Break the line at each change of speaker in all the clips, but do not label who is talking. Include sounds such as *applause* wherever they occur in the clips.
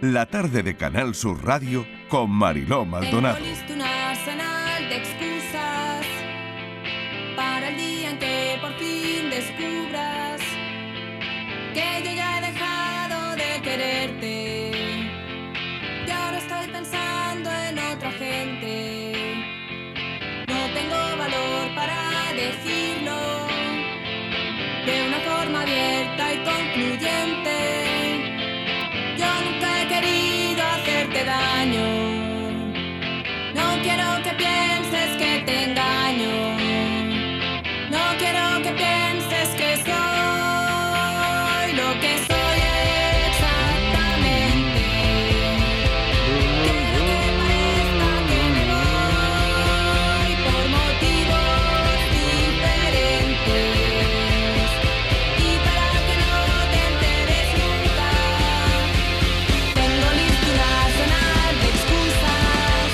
la tarde de Canal Sur Radio con Mariló Maldonado.
Tengo listo un arsenal de excusas para el día en que por fin descubras que yo ya he dejado de quererte. Y ahora estoy pensando en otra gente. No tengo valor para decirlo de una forma abierta y concluyente. Yo nunca he querido hacerte daño. No quiero que pienses que te engaño. No quiero que pienses que soy lo que soy exactamente. Quiero que parezca que me voy por motivos diferentes. Y para que no te enteres nunca. Tengo listo un arsenal de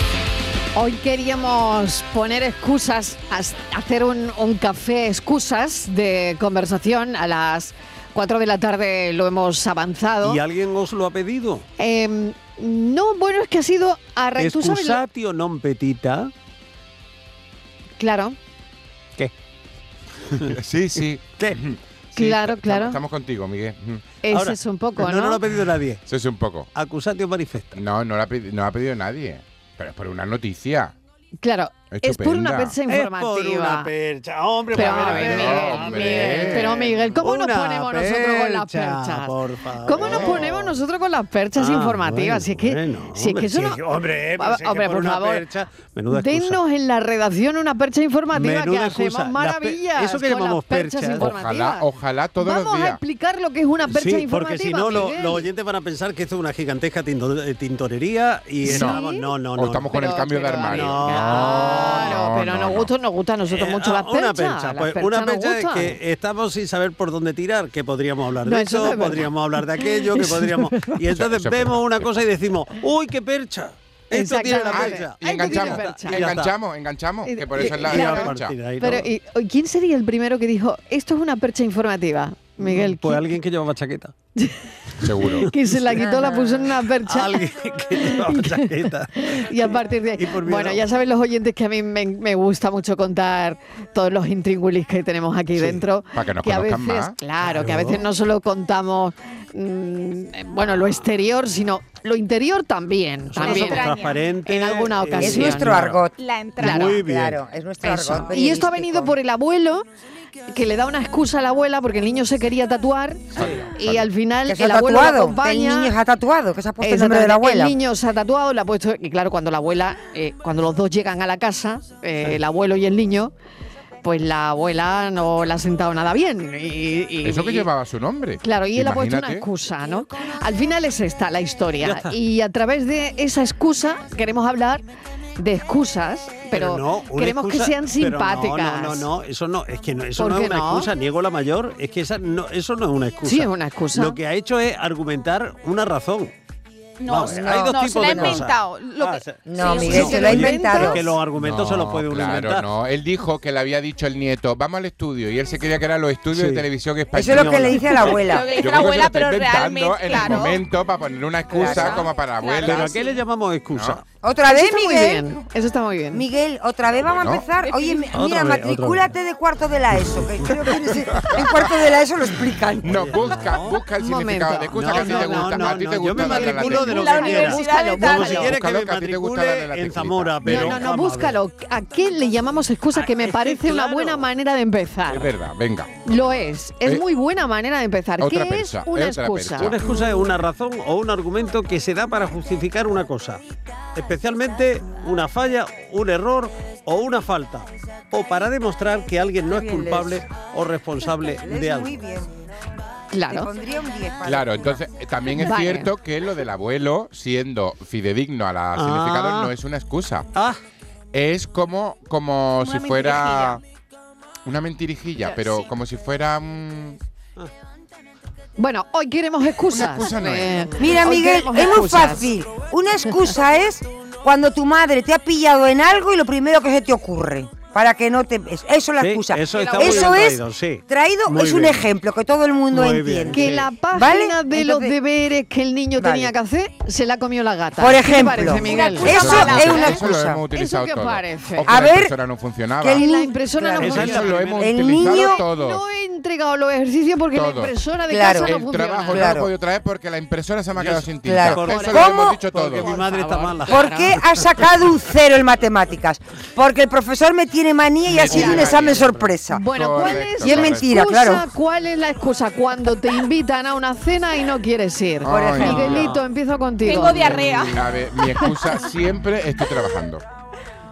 excusas.
Hoy queríamos poner excusas, as- hacer un, un café excusas de conversación a las 4 de la tarde lo hemos avanzado.
¿Y alguien os lo ha pedido?
Em, no, bueno, es que ha sido a ra- ¿tú sabes lo-
Excusatio non petita.
Claro,
Sí, sí.
¿Qué?
Sí,
Claro,
estamos-
claro.
Estamos contigo, Miguel. Mm.
ese
Ahora,
es un poco, ¿no?
no, no lo ha pedido nadie.
Eso es un poco.
Accusatio manifesta.
No, no lo ha, pedi- no lo ha pedido nadie. Pero es por una noticia.
Claro, es por una
Estupenda.
percha
Es por
informativa.
una percha. Oh, Hombre,
pero,
por
a
favor,
ver,
Miguel,
no,
hombre.
Miguel, pero Miguel, ¿cómo nos
Una
ponemos nosotros con las
percha,
perchas?
por favor.
¿Cómo nos ponemos nosotros con las perchas
Oh. Ah,
informativas? si es que,
bueno, bueno,
si es que eso
si
no-
es que- Hombre, eh,
Ah,
pues es que
hombre,
por,
por
una
favor,
percha, menuda excusa.
Denos en la redacción una percha informativa que
Menuda
hacemos
excusa. Las
maravillas.
per- eso que
con las
llamamos
perchas,
perchas.
informativas.
Ojalá, ojalá todos
Vamos
los
a
días.
explicar lo que es una percha
Sí,
informativa.
porque si no, lo-
Miguel.
los oyentes van a pensar que esto es una gigantesca tinto- eh, tintorería y
Sí.
estamos. No, no, no.
O estamos con
Pero-
el cambio de
pero,
armario.
Dani,
No,
claro,
no,
pero
no,
nos,
no.
gusta, nos gusta a nosotros
Eh,
mucho las perchas.
Una percha,
las
pues,
perchas
una
nos
percha es
gustan.
que estamos sin saber por dónde tirar, que podríamos hablar
No,
de
eso
esto,
no es verdad.
podríamos hablar de
*laughs*
aquello, que podríamos... Y entonces
eso es
vemos
verdad.
una cosa y decimos, ¡uy, qué percha! Esto tiene la
Exactamente.
percha.
Ah, y
Ay, que tiene
enganchamos,
percha.
y
Ya está.
enganchamos, enganchamos,
Y-
que por eso es la
y-
Y
la
a
Claro.
percha.
partir de eh, ahí,
Pero,
¿no?
¿y- o- ¿quién sería el primero que dijo, esto es una percha informativa? Miguel,
Pues
¿qui-
alguien que llevaba chaqueta.
*laughs* Seguro.
que se la quitó, la
Ah.
puso en una percha.
Alguien que *laughs*
*laughs*
llevaba chaqueta.
Y a partir de ahí.
Y por miedo.
Bueno, ya saben los oyentes que a mí me, me gusta mucho contar todos los intríngulis que tenemos aquí dentro.
para que nos
a veces,
conozcan más.
Claro, que a veces no solo contamos mm, bueno, lo exterior, sino lo interior también.
Nosotros
también.
somos
Extraña.
transparentes.
En alguna
eh,
ocasión.
Es nuestro argot.
La entrada.
Claro.
Muy bien.
Claro, es nuestro
Eso.
argot.
Y esto ha venido por el abuelo que le da una excusa a la abuela porque el niño se quería tatuar y al final
que se
el
ha
abuelo lo
tatuado. que El
acompaña
niño se ha tatuado, que se ha puesto el
Exactamente.
nombre de la abuela.
El niño se ha tatuado, le ha puesto. Y claro, cuando la abuela, eh, cuando los dos llegan a la casa, eh, el abuelo y el niño, pues la abuela no la ha sentado nada bien. Y, y-
Eso que
y-
llevaba su nombre.
Claro, y él ha puesto una
Imagínate.
excusa, ¿no? Al final es esta la
Ya
historia.
está.
Y a través de esa excusa queremos hablar de excusas, pero,
una
queremos
excusa-
que
pero
sean
no,
simpáticas.
No, no, no, eso no, es que no, eso
¿Por
no es
qué
una
no?
excusa, niego la mayor, es que esa no, eso no es una excusa.
Sí, es una excusa.
Lo que ha hecho es argumentar una razón.
No,
Vamos,
no,
hay dos
no,
tipos
se la ha
de cosas.
inventado. Lo
Ah,
que-
se-
No,
Sí,
Miguel,
sí,
se
sí,
lo ha
lo inventa.
Es
inventado.
que los argumentos se los puede uno
claro,
inventar.
no. Él dijo que le había dicho el nieto, vamos al estudio, y él se quería que eran los estudios
Sí.
de televisión
Eso
española.
es lo que le dice a la abuela.
Lo que dice
Yo
la
creo que se
abuela,
lo está
pero
inventando
realmente,
en el
claro.
momento para poner una excusa
Claro.
como para abuela.
Pero ¿a qué le llamamos excusa?
Otra
Eso
vez,
está muy
Miguel.
bien. Eso está muy bien.
Miguel, otra vez vamos a
Bueno.
empezar. Oye, mi-
Otra
mira,
vez, otra
matricúlate de cuarto de la ESO, que creo que en
*laughs*
ese- en cuarto de la ESO lo explican.
No, busca, busca el
Un
significado de excusa
momento.
que a ti
No,
te
no,
gusta.
no,
a ti
no,
te
yo
gusta
me
darle a la
matriculo de lo
tecla.
la
que quiera.
universidad
Búscalo,
de
Como
tal.
si
búscalo.
quiere que
Búscalo,
me
que a ti te gusta darle la
matricule en
teclita.
Zamora, pero...
no, no, no,
vamos a ver.
búscalo. ¿A qué le llamamos excusa? Que
Ah,
me
es que
parece una
claro.
buena manera de empezar.
Es verdad, venga.
Lo es. Es
Eh,
muy buena manera de empezar. ¿Qué
otra
es
percha,
una
otra
excusa?
percha.
Una excusa es una razón o un argumento que se da para justificar una cosa, especialmente una falla, un error o una falta, o para demostrar que alguien no es
Bien,
culpable o
*laughs*
responsable de
Lees
algo.
muy bien. Te
Claro.
pondría un 10 para
Claro,
la cuna.
entonces eh, también es
Vale.
cierto que lo del abuelo, siendo fidedigno a la
Ah.
significado, no es una excusa.
Ah,
Es como, como
Una
si fuera una mentirijilla,
Ya,
pero
sí.
como si fuera un...
Bueno, hoy queremos excusas.
Una excusa no es.
Mira,
hoy
Miguel,
queremos
es muy
excusas.
fácil. Una excusa es cuando tu madre te ha pillado en algo y lo primero que se te ocurre. para que no te... Eso es la
Sí,
excusa.
eso está muy bien
es
traído, sí.
traído,
Muy
es un
bien.
ejemplo que todo el mundo
Muy bien.
entiende.
Que
Sí.
la página
¿Vale?
de
Entonces-
los deberes que el niño
Vale.
tenía que hacer se la comió la gata.
Por
¿Qué te
ejemplo,
parece, Miguel?
una Eso cosa es una
Eso lo
excusa.
hemos utilizado
¿Eso qué
todo.
parece?
O que
A
la
ver,
impresora no funcionaba.
que el
En la impresora
Claro.
no
Esa es
Eso
la
lo
funciona.
primera.
hemos
El
utilizado
niño
todo.
No he entregado los ejercicios porque la
Todo.
impresora de
Claro.
casa no
el
funciona.
trabajo no
Claro.
lo he podido traer porque la impresora se me ha
Yo
quedado
sé-
sin tinta.
Claro.
Eso
¿Cómo?
lo hemos dicho
Porque
todo.
mi madre está
favor.
mala.
¿Por qué ha sacado un cero en matemáticas? Porque el profesor me tiene manía y ha sido un
tiene
examen
manía.
sorpresa.
Bueno, ¿cuál
Correcto,
es
Y es
la
mentira,
excusa?
claro.
¿Cuál es la excusa? Cuando te invitan a una cena y no quieres ir.
Por Ay, ejemplo.
Miguelito, empiezo contigo.
Tengo diarrea.
A ver, mi excusa siempre estoy trabajando.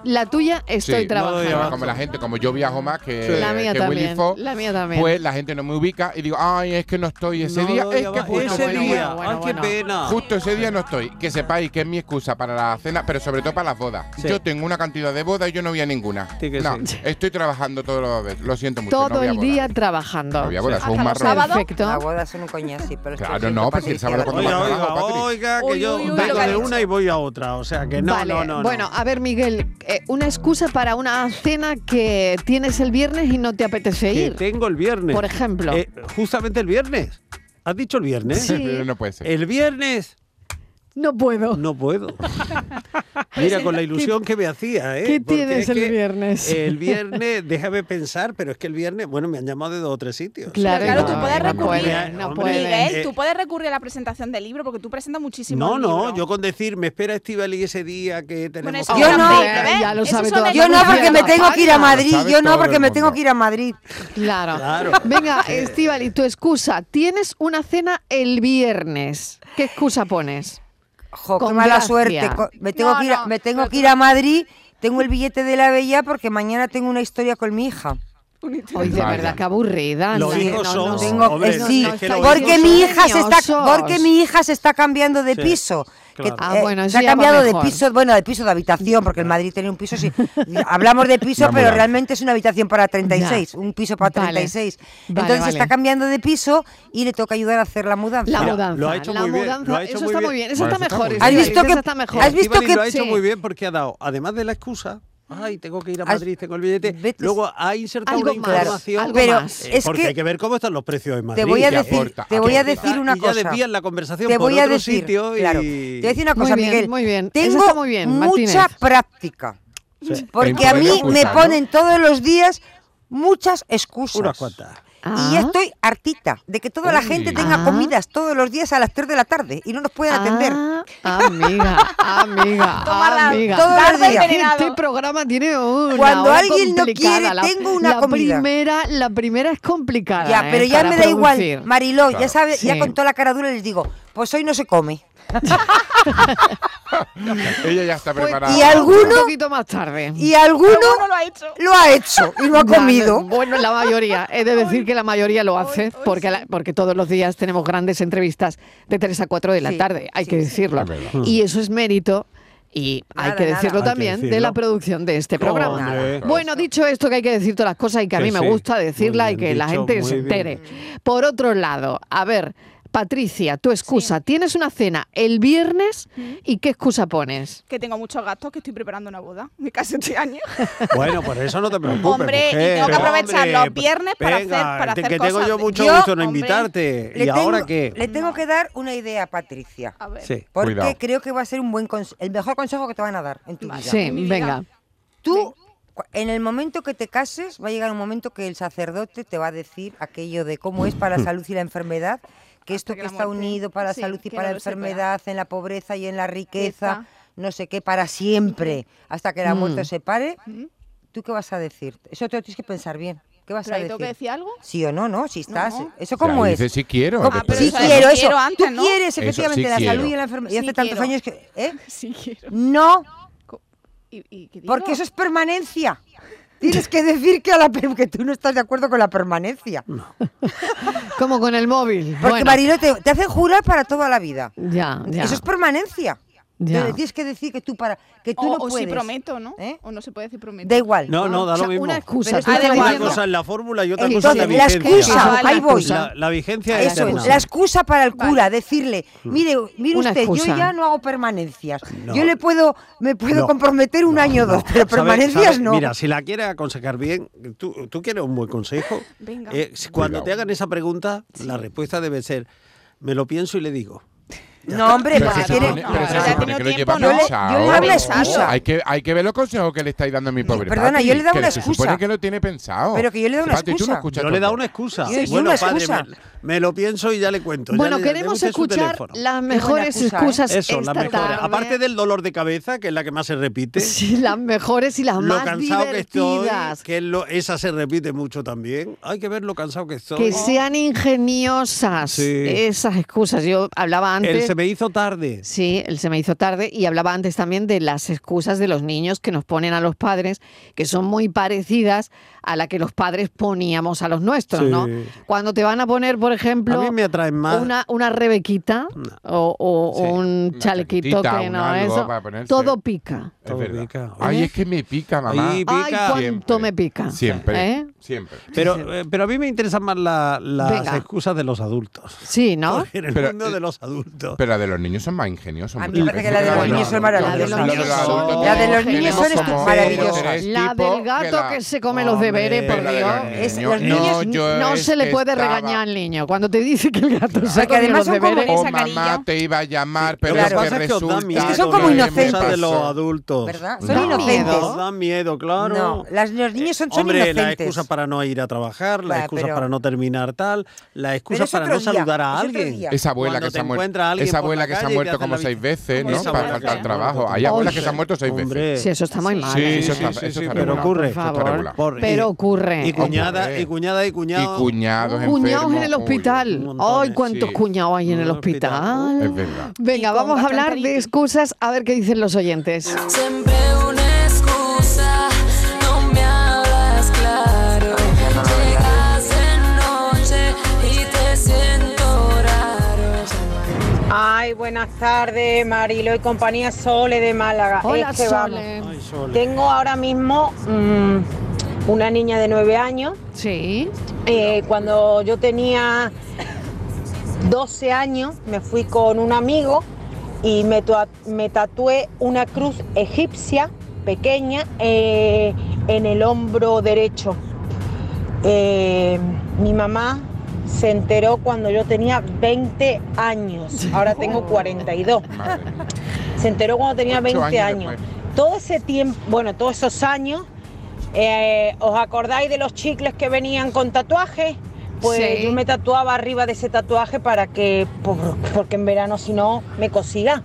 La tuya, estoy
Sí.
No doy
trabajando.
abajo.
Como la gente, como yo viajo más que,
La mía
que Willy
también,
Fox,
la mía también.
pues la gente no me ubica y digo, ay, es que no estoy ese
No,
día,
doy
es que
abajo.
justo
ese
ese
bueno,
día,
día,
bueno,
ay, qué
bueno.
pena.
justo ese día no estoy. Que sepáis que es mi excusa para la cena, pero sobre todo para las bodas.
Sí.
Yo tengo una cantidad de bodas y yo no voy a ninguna.
Sí que
no,
sí.
*laughs* estoy trabajando todos los días. Lo siento mucho. no
Todo
voy a
el
bodas.
día trabajando.
No voy a bodas,
Hasta
soy un
los
marrón.
La
Perfecto.
boda son un coñazo, sí, pero es que
Claro,
lo siento,
no, pero si el sábado
Patricia, la
comemos
Oiga,
boda-
Trabajo,
oiga,
Patrick.
oiga, que
Uy,
yo
uy, uy, lo
vengo
que ha
de
dicho.
una y voy a otra. O sea, que no,
vale.
no, no, no.
bueno, a ver, Miguel, eh, una excusa para una cena que tienes el viernes y no te apetece
que
ir.
tengo el viernes.
Por ejemplo.
Eh, justamente el viernes. ¿Has dicho el viernes?
Sí.
Pero *laughs* no puede ser.
El viernes
No puedo. Pues
no
*laughs*
puedo. Mira, con la ilusión que me hacía, ¿eh?
¿Qué
Porque
tienes
es
el
que
viernes?
El
*laughs*
viernes, déjame pensar, pero es que el viernes, bueno, me han llamado de dos o tres sitios.
Claro,
Claro,
no,
tú puedes
no
recurrir.
puede, no
Hombre,
puede.
Pues
Miguel,
Eh,
tú puedes recurrir a la presentación del libro porque tú presentas muchísimo.
No,
el
no,
libro.
yo con decir, me espera Estivali ese día que tenemos
eso
que-
Yo no.
hablar".
también.
¿eh?
¿ves?
Ya lo
Esos
sabe
¿eh? son
todo.
de-
Yo no, porque me tengo que ir a Madrid.
Lo sabe
Yo no,
todo
porque
el
me
mundo.
tengo que ir a Madrid.
Claro.
Claro.
Venga,
Eh,
Estivali, tu excusa. Tienes una cena el viernes. ¿Qué excusa pones?
Jo, qué
Con
mala
gracia.
suerte. co- Me tengo,
No,
que, ir a,
no,
me tengo
pero
que ir a Madrid. Tengo el billete de la bella porque mañana tengo una historia con mi hija.
Hoy de
Vaya.
verdad que aburrida.
Los
Ana,
hijos son-
Tengo-
hombre,
eh, sí,
es que lo
porque
digo.
mi hija se está
Geniosos.
porque mi hija se está cambiando de
Sí,
piso.
claro.
Que, eh,
Ah, bueno, eso
se ha
ya va
cambiado de
mejor.
piso, bueno, de piso de habitación, porque el Madrid tiene un piso,
*laughs*
sí. Hablamos de piso,
Una
pero
ambulancia.
realmente es una habitación para 36, un piso para
Vale.
36.
Vale,
Entonces
vale.
está cambiando de piso y le toca ayudar a hacer la mudanza.
La
Mira,
mudanza.
lo ha hecho
la
muy bien,
mudanza.
lo ha hecho
eso
muy
está
bien.
muy bien. Eso
Bueno, eso
está
está
mejor.
muy
Estivali,
bien. ¿Has visto
eso
que-
está mejor.
has visto
Estíbaliz
que-
lo ha hecho
Sí.
muy bien porque ha dado, además de la excusa, ay, tengo que ir a
Has-
Madrid, tengo el billete,
Vete-
luego ha insertado
Algo
una
más,
información.
algo
Pero
más.
Eh,
es
porque
que
hay que ver cómo están los precios en Madrid.
te voy a
que
decir,
aporta,
te voy a
aporta.
decir una
y
cosa.
Ya desvían la conversación
te
por
voy a
otro
decir,
sitio y...
claro, te voy a decir una
Muy
cosa,
bien,
Miguel.
muy bien. Eso
Tengo
está muy bien,
mucha
Martínez.
práctica.
Sí.
Porque a
Pero
mí
bueno,
me
excusa, ¿no?
ponen todos los días muchas excusas.
Unas cuantas.
Ah.
Y ya estoy hartita de que toda la
Uy.
gente tenga
Ah.
comidas todos los días a las 3 de la tarde y no nos pueden atender.
Ah,
*laughs*
amiga, amiga,
Tomarla
amiga.
todos los
Tarde
días.
que Este programa tiene una
Cuando
hora
alguien no
complicada.
quiere,
La-
tengo una
la
comida.
Primera, la primera es complicada.
ya,
¿eh?
pero ya
para
me da
producir.
igual. Mariló, ya
Claro.
sabes, ya
Sí.
con toda la cara dura les digo, pues hoy no se come.
Ella ya está preparada.
y algún-
Un
¿Alguno?
poquito más tarde.
Y
Pero
alguno
bueno, lo ha hecho.
lo ha hecho y
*laughs*
lo ha
Vale,
comido.
Bueno, la mayoría. He de decir que la mayoría lo hace
hoy
porque, la- porque todos los días tenemos grandes entrevistas de 3 a 4 de la
Sí,
tarde, hay
sí,
que
sí.
decirlo.
Es verdad.
Y eso es mérito. Y hay
Nada,
que
nada.
decirlo
Hay que
también de
decirlo.
la producción de este programa.
Hombre.
Bueno, dicho esto, que hay que decir todas las cosas y que a
Que
mí me
sí.
gusta decirla
Muy
y
bien
que la
dicho,
gente
muy
se
bien.
entere. Por otro lado, a ver, Patricia, tu excusa. Tienes una cena el viernes
Mm.
y ¿qué excusa pones?
Que tengo muchos gastos, que estoy preparando una
*laughs*
boda. Me casé este
*laughs*
año.
Bueno, por eso no te preocupes.
Hombre, y
mujer.
tengo que
Pero,
aprovechar
hombre,
los viernes para
venga,
hacer- para
te-
hacer
que tengo
cosas
yo
de-
mucho
Yo,
gusto no
hombre,
invitarte.
Le
¿Y ahora
tengo-
qué?
Le tengo que dar una idea a Patricia.
A ver.
Sí.
Porque
Cuidado.
creo que va a ser un buen conse- el mejor consejo que te van a dar en tu vida.
Sí,
mi vida.
venga.
Tú, cu- en el momento que te cases, va a llegar un momento que el sacerdote te va a decir aquello de cómo es
Hmm.
para la salud y la enfermedad, que esto
que
que
la
está
muerte.
unido para la
Sí,
salud y
que
para
no
la
lo separa.
enfermedad, en la pobreza y en la riqueza,
Riqueza.
no sé qué, para siempre, hasta que la
Hmm.
muerte
Mm.
os separe. ¿Tú qué vas a decir? Eso te lo tienes que pensar bien. ¿Qué vas
¿Pero
a
ahí
decir?
tengo que decir algo?
¿Sí o no? No, si estás.
No.
¿Eso cómo
Ya
es?
Dice, sí quiero.
Ah, pero
después.
sí
eso es
quiero,
lo
eso.
quiero antes,
Tú
¿no?
quieres
Eso,
efectivamente
sí
la
quiero.
salud y la enfermedad. Y
Sí
hace tantos
quiero.
años que. ¿eh?
*laughs* Sí, quiero.
No,
Co- ¿Y, y qué digo?
porque eso es permanencia. Tienes que decir que, a la per- que tú no estás de acuerdo con la permanencia. *laughs*
Como con el móvil.
Porque
Bueno,
Marilo te, te hacen jurar para toda la vida.
ya, ya.
Eso es permanencia.
Ya.
Entonces, tienes que decir que tú para que tú
O,
no
o
puedes.
si prometo, ¿no?
¿Eh?
O no se puede decir prometo.
Da igual.
No, no, da
O sea,
lo mismo.
Una excusa.
Pero
tú
ah,
estás
da
Una
igual.
diciendo-
cosa es la fórmula y otra
El-
cosa es la
Entonces, la
vigencia.
excusa,
Vale,
ahí voy.
excusa.
La, la vigencia es
Eso es,
eterna.
la excusa para el
Vale.
cura, decirle, mire, mire
Una
usted,
excusa.
yo ya no hago permanencias.
No.
Yo le puedo, me puedo
No.
comprometer un año o dos, pero
¿Sabe-
permanencias
sabe?
no.
Mira, si la quieres aconsejar bien, tú, tú quieres un buen consejo.
Venga.
Eh, si- cuando
Cuidado.
te hagan esa pregunta, la respuesta debe ser, me lo pienso y le digo.
no, hombre,
Pero
porque
se
tiene.
supone- pero se
Claro.
supone que lo
Ya
lleva
ha tenido
tiempo, ¿no? Yo le-
pensado.
yo le doy una excusa.
Hay que, hay que ver los consejos que le estáis dando a mi pobre
Perdona,
Pati,
yo le he dado
que
una
Se supone
excusa.
que lo tiene pensado.
Pero que yo le he dado una
Pati, tú no
excusa.
escuchas
Yo le he dado
todo.
una excusa.
Sí, sí,
bueno,
una
padre,
excusa.
me, me lo pienso y ya le cuento. ya
Bueno,
le-
queremos
deme usted su
escuchar
teléfono.
las mejores
excusa, ¿eh?
excusas
Eso, la
esta
mejor.
tarde.
Aparte del dolor de cabeza, que es la que más se repite.
*laughs* Sí, las mejores y las
Lo
más
cansado que estoy,
divertidas.
que es lo- esa se repite mucho también. Hay que ver lo cansado que estoy.
Que sean ingeniosas
Sí.
esas excusas. Yo hablaba antes.
Él se me hizo tarde.
Sí, él se me hizo tarde y hablaba antes también de las excusas de los niños que nos ponen a los padres, que son muy parecidas a la que los padres poníamos a los nuestros,
Sí.
¿no? Cuando te van a poner, por ejemplo,
A mí me atraen más-
una, una rebequita o, o- o
Sí,
un
una
chalequito
chaquetita,
que
un
no
algo
eso,
para ponerse.
todo pica.
Es verdad.
Pica.
Ay, es que me pica, mamá.
Ay, pica.
Ay, cuánto
Siempre.
me pica.
Siempre.
¿Eh?
Siempre.
Pero, eh, pero a mí me interesan más la- las
Venga.
excusas de los adultos.
Sí, ¿no?
*laughs* En el
Pero,
mundo
eh,
de los adultos.
Pero la de los niños son más ingeniosos.
A mí
muchas
me parece que
veces
la de los
la
niños son
adultos. La
maravillosas.
de los adultos
La de los
tenemos
niños son
como
maravillosas.
tres
La
tipos
del gato que,
la-
se come los
Hombre,
deberes, por
Pero la de
Dios.
los
Es-
niños,
los niños
no, yo
no
es
se le puede
estaba-
regañar al niño cuando te dice que el gato se
Porque
come
además
los
son como
deberes.
Oh,
esa
O "Oh, mamá
carilla.
te iba a llamar, pero
Lo
es
que
que
pasa es que os
resulta
da miedo.
que son
no
como
le
inocentes.
pasó.
de los adultos.
¿Verdad?
No.
Son
No.
inocentes.
Os da miedo, claro. Eh,
No, las- los niños son- son
Hombre, la
inocentes.
excusa para no ir a trabajar, la
Va,
excusa
pero-
para no terminar tal, la excusa
es
para
otro
no
día,
saludar a
es otro
alguien.
día.
Esa abuela
Cuando
que se
te
ha muerto,
encuentra alguien
esa
por
abuela
la
que se ha
calle y te
muerto
hace
como
la
seis
vista.
veces,
Como
¿no?
esa
Para
abuela que
faltar
se ha
trabajo.
muerto.
Hay abuelas que
Oye,
se han muerto seis
hombre.
veces.
Sí, eso está muy mal.
Sí,
¿eh?
eso
sí,
está,
sí,
eso
sí,
está
pero
regular.
ocurre,
Eso
por
está
favor.
regular.
Por-
Pero
y-
ocurre.
Y cuñada,
Ocurre.
y cuñada, y
Y
cuñado.
cuñados
Cuñados en el
enfermos, uy.
Un
hospital.
montón,
Ay,
¿eh?
cuántos
Sí.
cuñados hay en el
Un hospital.
hospital.
Es verdad.
Y
Venga,
con
vamos a hablar de
gastroenteritis.
excusas, a ver qué dicen los oyentes.
Siempre una excusa, no me hablas claro. Llegas de noche y te siento raro.
Ay, buenas tardes, Marilo y compañía Sole de Málaga.
Hola,
Es que Este, vamos,
Sole.
Ay, Sole.
Tengo ahora mismo mm, una niña de nueve años.
Sí.
Eh, cuando yo tenía 12 años, me fui con un amigo y me, tua- me tatué una cruz egipcia pequeña eh, en el hombro derecho. Eh, mi mamá se enteró cuando yo tenía 20 años, ahora tengo 42.
*laughs* Madre mía.
Se enteró cuando tenía
Ocho años
20 años.
después.
Todo ese tiempo, bueno, todos esos años, eh, ¿os acordáis de los chicles que venían con tatuajes? Pues
Sí.
yo me tatuaba arriba de ese tatuaje para que, por- porque en verano si no me cosía.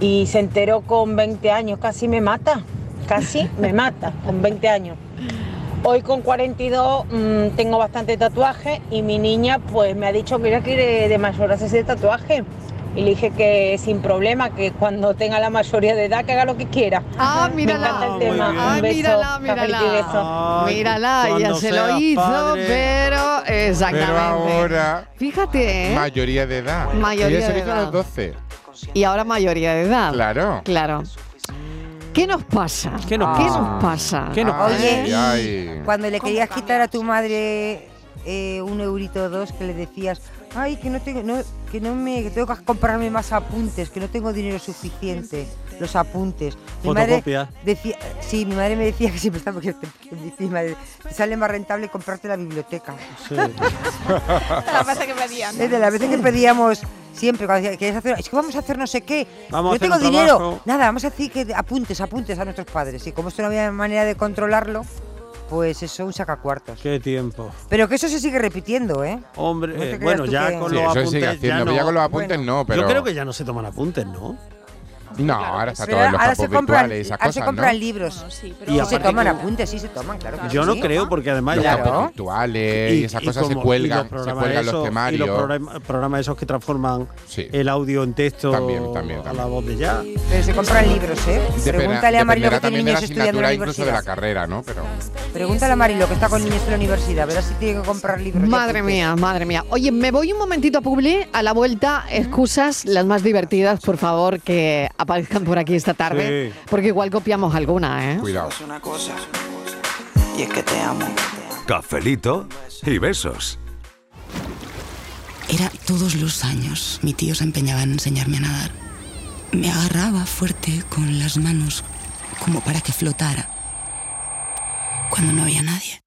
Y se enteró con 20 años, casi me mata, casi me mata con 20 años. Hoy con 42 mm, tengo bastante tatuaje y mi niña pues me ha dicho que ya quiere de mayor hacerse ese tatuaje. Y le dije que sin problema, que cuando tenga la mayoría de edad que haga lo que quiera.
Ah,
Me encanta
mírala.
el
muy bien.
tema.
Ay,
Un beso,
mírala,
cafelito y beso.
mírala.
Ay,
Mírala, ella
cuando
se lo
seas
hizo,
padre.
pero exactamente.
Pero ahora,
Fíjate, ¿eh?
mayoría de edad.
Mayoría
Ella se
de
hizo a
edad.
los 12.
y ahora mayoría de edad.
Claro.
Claro. ¿Qué nos pasa?
¿Qué nos pasa?
pasa?
¿Qué nos
Ay,
Oye, y
ay.
cuando le querías quitar a tu madre eh, un eurito o dos, que le decías, ay, que no tengo, no, que no me, que tengo que comprarme más apuntes, que no tengo dinero suficiente, los apuntes.
Fotocopia.
madre decía, sí, mi madre me decía que siempre estaba porque que me decía, madre, te sale más rentable comprarte la biblioteca.
*laughs*
Sí.
La pasa que pedían.
Es de las veces que pedíamos siempre, cuando decía, "¿Quieres hacer? Es que vamos a hacer no sé qué.
Vamos a
no
hacer
tengo
un
dinero.
trabajo".
Nada, vamos a decir que apuntes, apuntes a nuestros padres. Y como esto no había manera de controlarlo, pues eso, un sacacuartos.
Qué tiempo.
Pero que eso se sigue repitiendo, ¿eh?
Hombre,
No te
eh,
creas
bueno,
tú
ya
que-
con
Sí,
los
eso
apuntes.
sigue
ya
haciendo.
no.
pero Ya con los apuntes no, pero.
Yo creo que ya no se toman apuntes, ¿no?
No, ahora está
Pero
todo en los
ahora
campos
se compran,
virtuales y esas
ahora se
cosas,
compran
¿no?
libros.
sí,
Y
Sí, se
aparte
toman
que-
apuntes, sí se toman, claro. que
Yo no
sí.
creo, porque además
Los
ya.
Claro.
campos virtuales y esas cosas se
como-
cuelgan,
los
se
programas
cuelgan los
esos- Y los
temarios.
programa- programas esos que transforman
Sí.
el audio en texto
También, también,
a la
también.
voz de ya.
Pero se compran libros, ¿eh?
Depende-
Pregúntale a Marilo
dependerá
que tiene
también de la
niños estudiando en la
asignatura, incluso de la
universidad.
carrera, ¿no? Pero
Pregúntale a Marilo que está con niños en la universidad. Verás si tiene que comprar libros.
Madre mía, madre mía. Oye, me voy un momentito a Publi, a la vuelta, excusas las más divertidas, por favor, que aparezcan por aquí esta tarde,
Sí.
porque igual copiamos alguna, ¿eh?
Cuidado.
una cosa, y es que te amo.
Cafelito y besos.
Era todos los años. Mi tío se empeñaba en enseñarme a nadar. Me agarraba fuerte con las manos como para que flotara. Cuando no había nadie.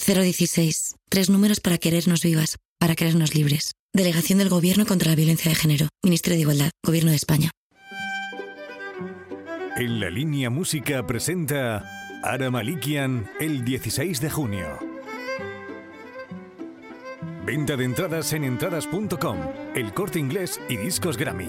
016. Tres números para querernos vivas, para querernos libres. Delegación del Gobierno contra la Violencia de Género. Ministerio de Igualdad. Gobierno de España.
En la línea música presenta Ara Malikian el 16 de junio. Venta de entradas en entradas.com, el corte inglés y discos Grammy.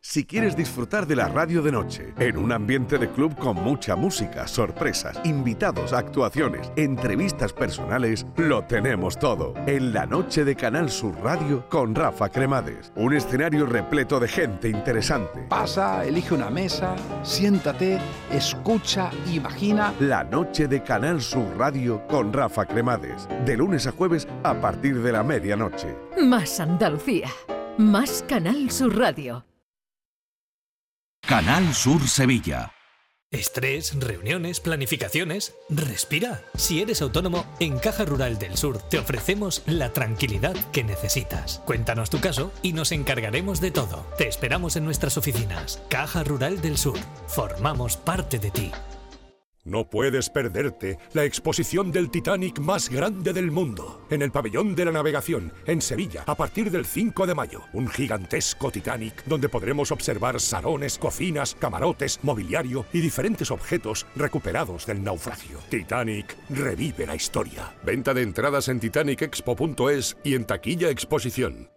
Si quieres disfrutar de la radio de noche, en un ambiente de club con mucha música, sorpresas, invitados, actuaciones, entrevistas personales, lo tenemos todo. En la noche de Canal Sur Radio con Rafa Cremades. Un escenario repleto de gente interesante.
Pasa, elige una mesa, siéntate, escucha, imagina.
La noche de Canal Sur Radio con Rafa Cremades. De lunes a jueves a partir de la medianoche.
Más Andalucía. Más Canal Sur Radio.
Canal Sur Sevilla.
Estrés, reuniones, planificaciones. Respira. Si eres autónomo, en Caja Rural del Sur te ofrecemos la tranquilidad que necesitas. Cuéntanos tu caso y nos encargaremos de todo. Te esperamos en nuestras oficinas. Caja Rural del Sur. Formamos parte de ti.
No puedes perderte la exposición del Titanic más grande del mundo. En el Pabellón de la Navegación, en Sevilla, a partir del 5 de mayo. Un gigantesco Titanic donde podremos observar salones, cocinas, camarotes, mobiliario y diferentes objetos recuperados del naufragio. Titanic revive la historia. Venta de entradas en titanicexpo.es y en taquilla exposición.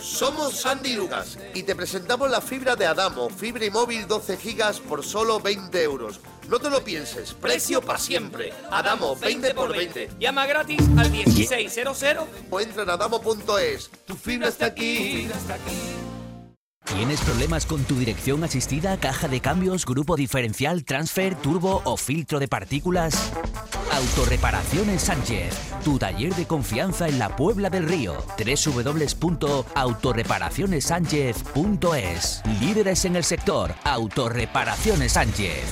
Somos Sandy Lugas y te presentamos la fibra de Adamo, fibra y móvil 12 gigas por solo 20 euros. No te lo pienses, precio para siempre. Adamo, 20 por 20. Llama gratis al 1600 o entra en adamo.es. Tu fibra está aquí.
¿Tienes problemas con tu dirección asistida, caja de cambios, grupo diferencial, transfer, turbo o filtro de partículas? Autorreparaciones Sánchez, tu taller de confianza en la Puebla del Río. www.autorreparacionessánchez.es Líderes en el sector, Autorreparaciones Sánchez.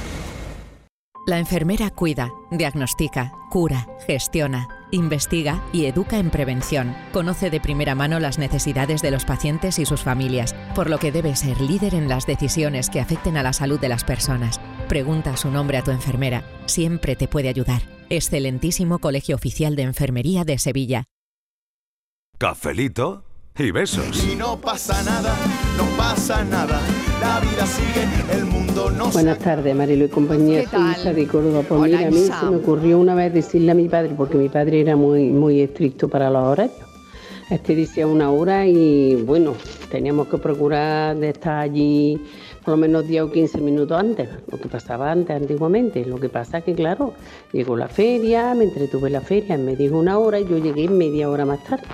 La enfermera cuida, diagnostica, cura, gestiona, investiga y educa en prevención. Conoce de primera mano las necesidades de los pacientes y sus familias, por lo que debe ser líder en las decisiones que afecten a la salud de las personas. Pregunta su nombre a tu enfermera, siempre te puede ayudar. Excelentísimo Colegio Oficial de Enfermería de Sevilla.
Cafelito y besos.
Y no pasa nada, no pasa nada. La vida sigue, el mundo no se
Buenas tardes, Marilo y compañía.
¿Qué
Soy
tal?
Isa de Córdoba. Pues
Hola,
mira, a mí
Isa.
se me ocurrió una vez decirle a mi padre, porque mi padre era muy, muy estricto para los horarios. Este decía una hora y bueno, teníamos que procurar de estar allí por lo menos 10 o 15 minutos antes, lo que pasaba antes, antiguamente. Lo que pasa que, claro, llegó la feria, me entretuve en la feria, me dijo una hora y yo llegué media hora más tarde.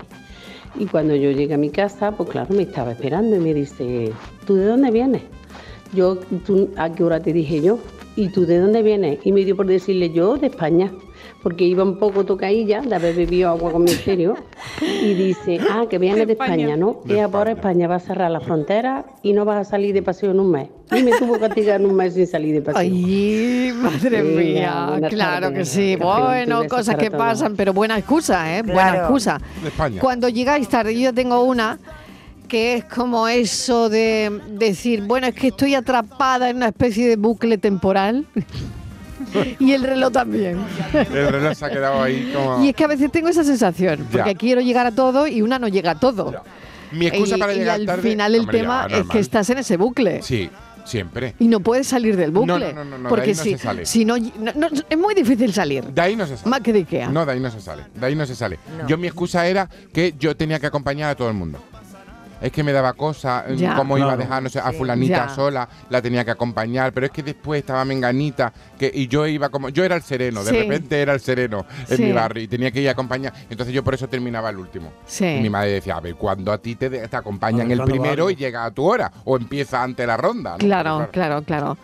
Y cuando yo llegué a mi casa, pues claro, me estaba esperando y me dice, ¿tú de dónde vienes? Yo, "¿Tú ¿a qué hora te dije yo? ¿Y tú de dónde vienes? Y me dio por decirle yo, de España, porque iba un poco tocadilla de haber bebido agua con misterio. Y dice, ah, que vienes de España, ¿no?
De
y ahora España va a cerrar la frontera y no vas a salir de paseo en un mes. Y me tuvo que castigar en un mes sin salir de paseo.
Ay, madre
Venga,
mía,
buenas
claro
tardes.
que sí.
Café, un
Bueno,
beso
cosas que
para todos.
pasan, pero buena excusa, ¿eh? Buena
Claro.
excusa.
De España.
Cuando llegáis tarde, yo tengo una que es como eso de decir, bueno, es que estoy atrapada en una especie de bucle temporal. *laughs* y el reloj también.
El reloj se ha quedado ahí como...
Y es que a veces tengo esa sensación,
Ya.
porque quiero llegar a todo y una no llega a todo.
Mi excusa
y,
para
y
llegar
al
tarde-
final el
Hombre, ya,
tema es
normal.
que estás en ese bucle.
Sí, siempre.
Y no puedes salir del bucle.
No, no, no, no, de
porque
ahí no
si,
se sale.
si no, no- no, es muy difícil salir.
De ahí no se sale.
Más que de Ikea.
No, de ahí no se sale. De ahí no se sale.
No.
Yo mi excusa era que yo tenía que acompañar a todo el mundo. es que me daba cosa, eh,
Ya.
cómo iba a
Claro.
dejar, no sé, a
Sí.
fulanita
Ya.
sola, la tenía que acompañar, pero es que después estaba menganita que, y yo iba como, yo era el sereno, de
Sí.
repente era el sereno en
Sí.
mi barrio y tenía que ir a acompañar, entonces yo por eso terminaba el último.
Sí.
Y mi madre decía, a ver, cuando a ti te, de- te acompañan el
¿cuándo va
primero
algo?
y llega a tu hora, o empieza antes la ronda. ¿no?
Claro, claro, claro.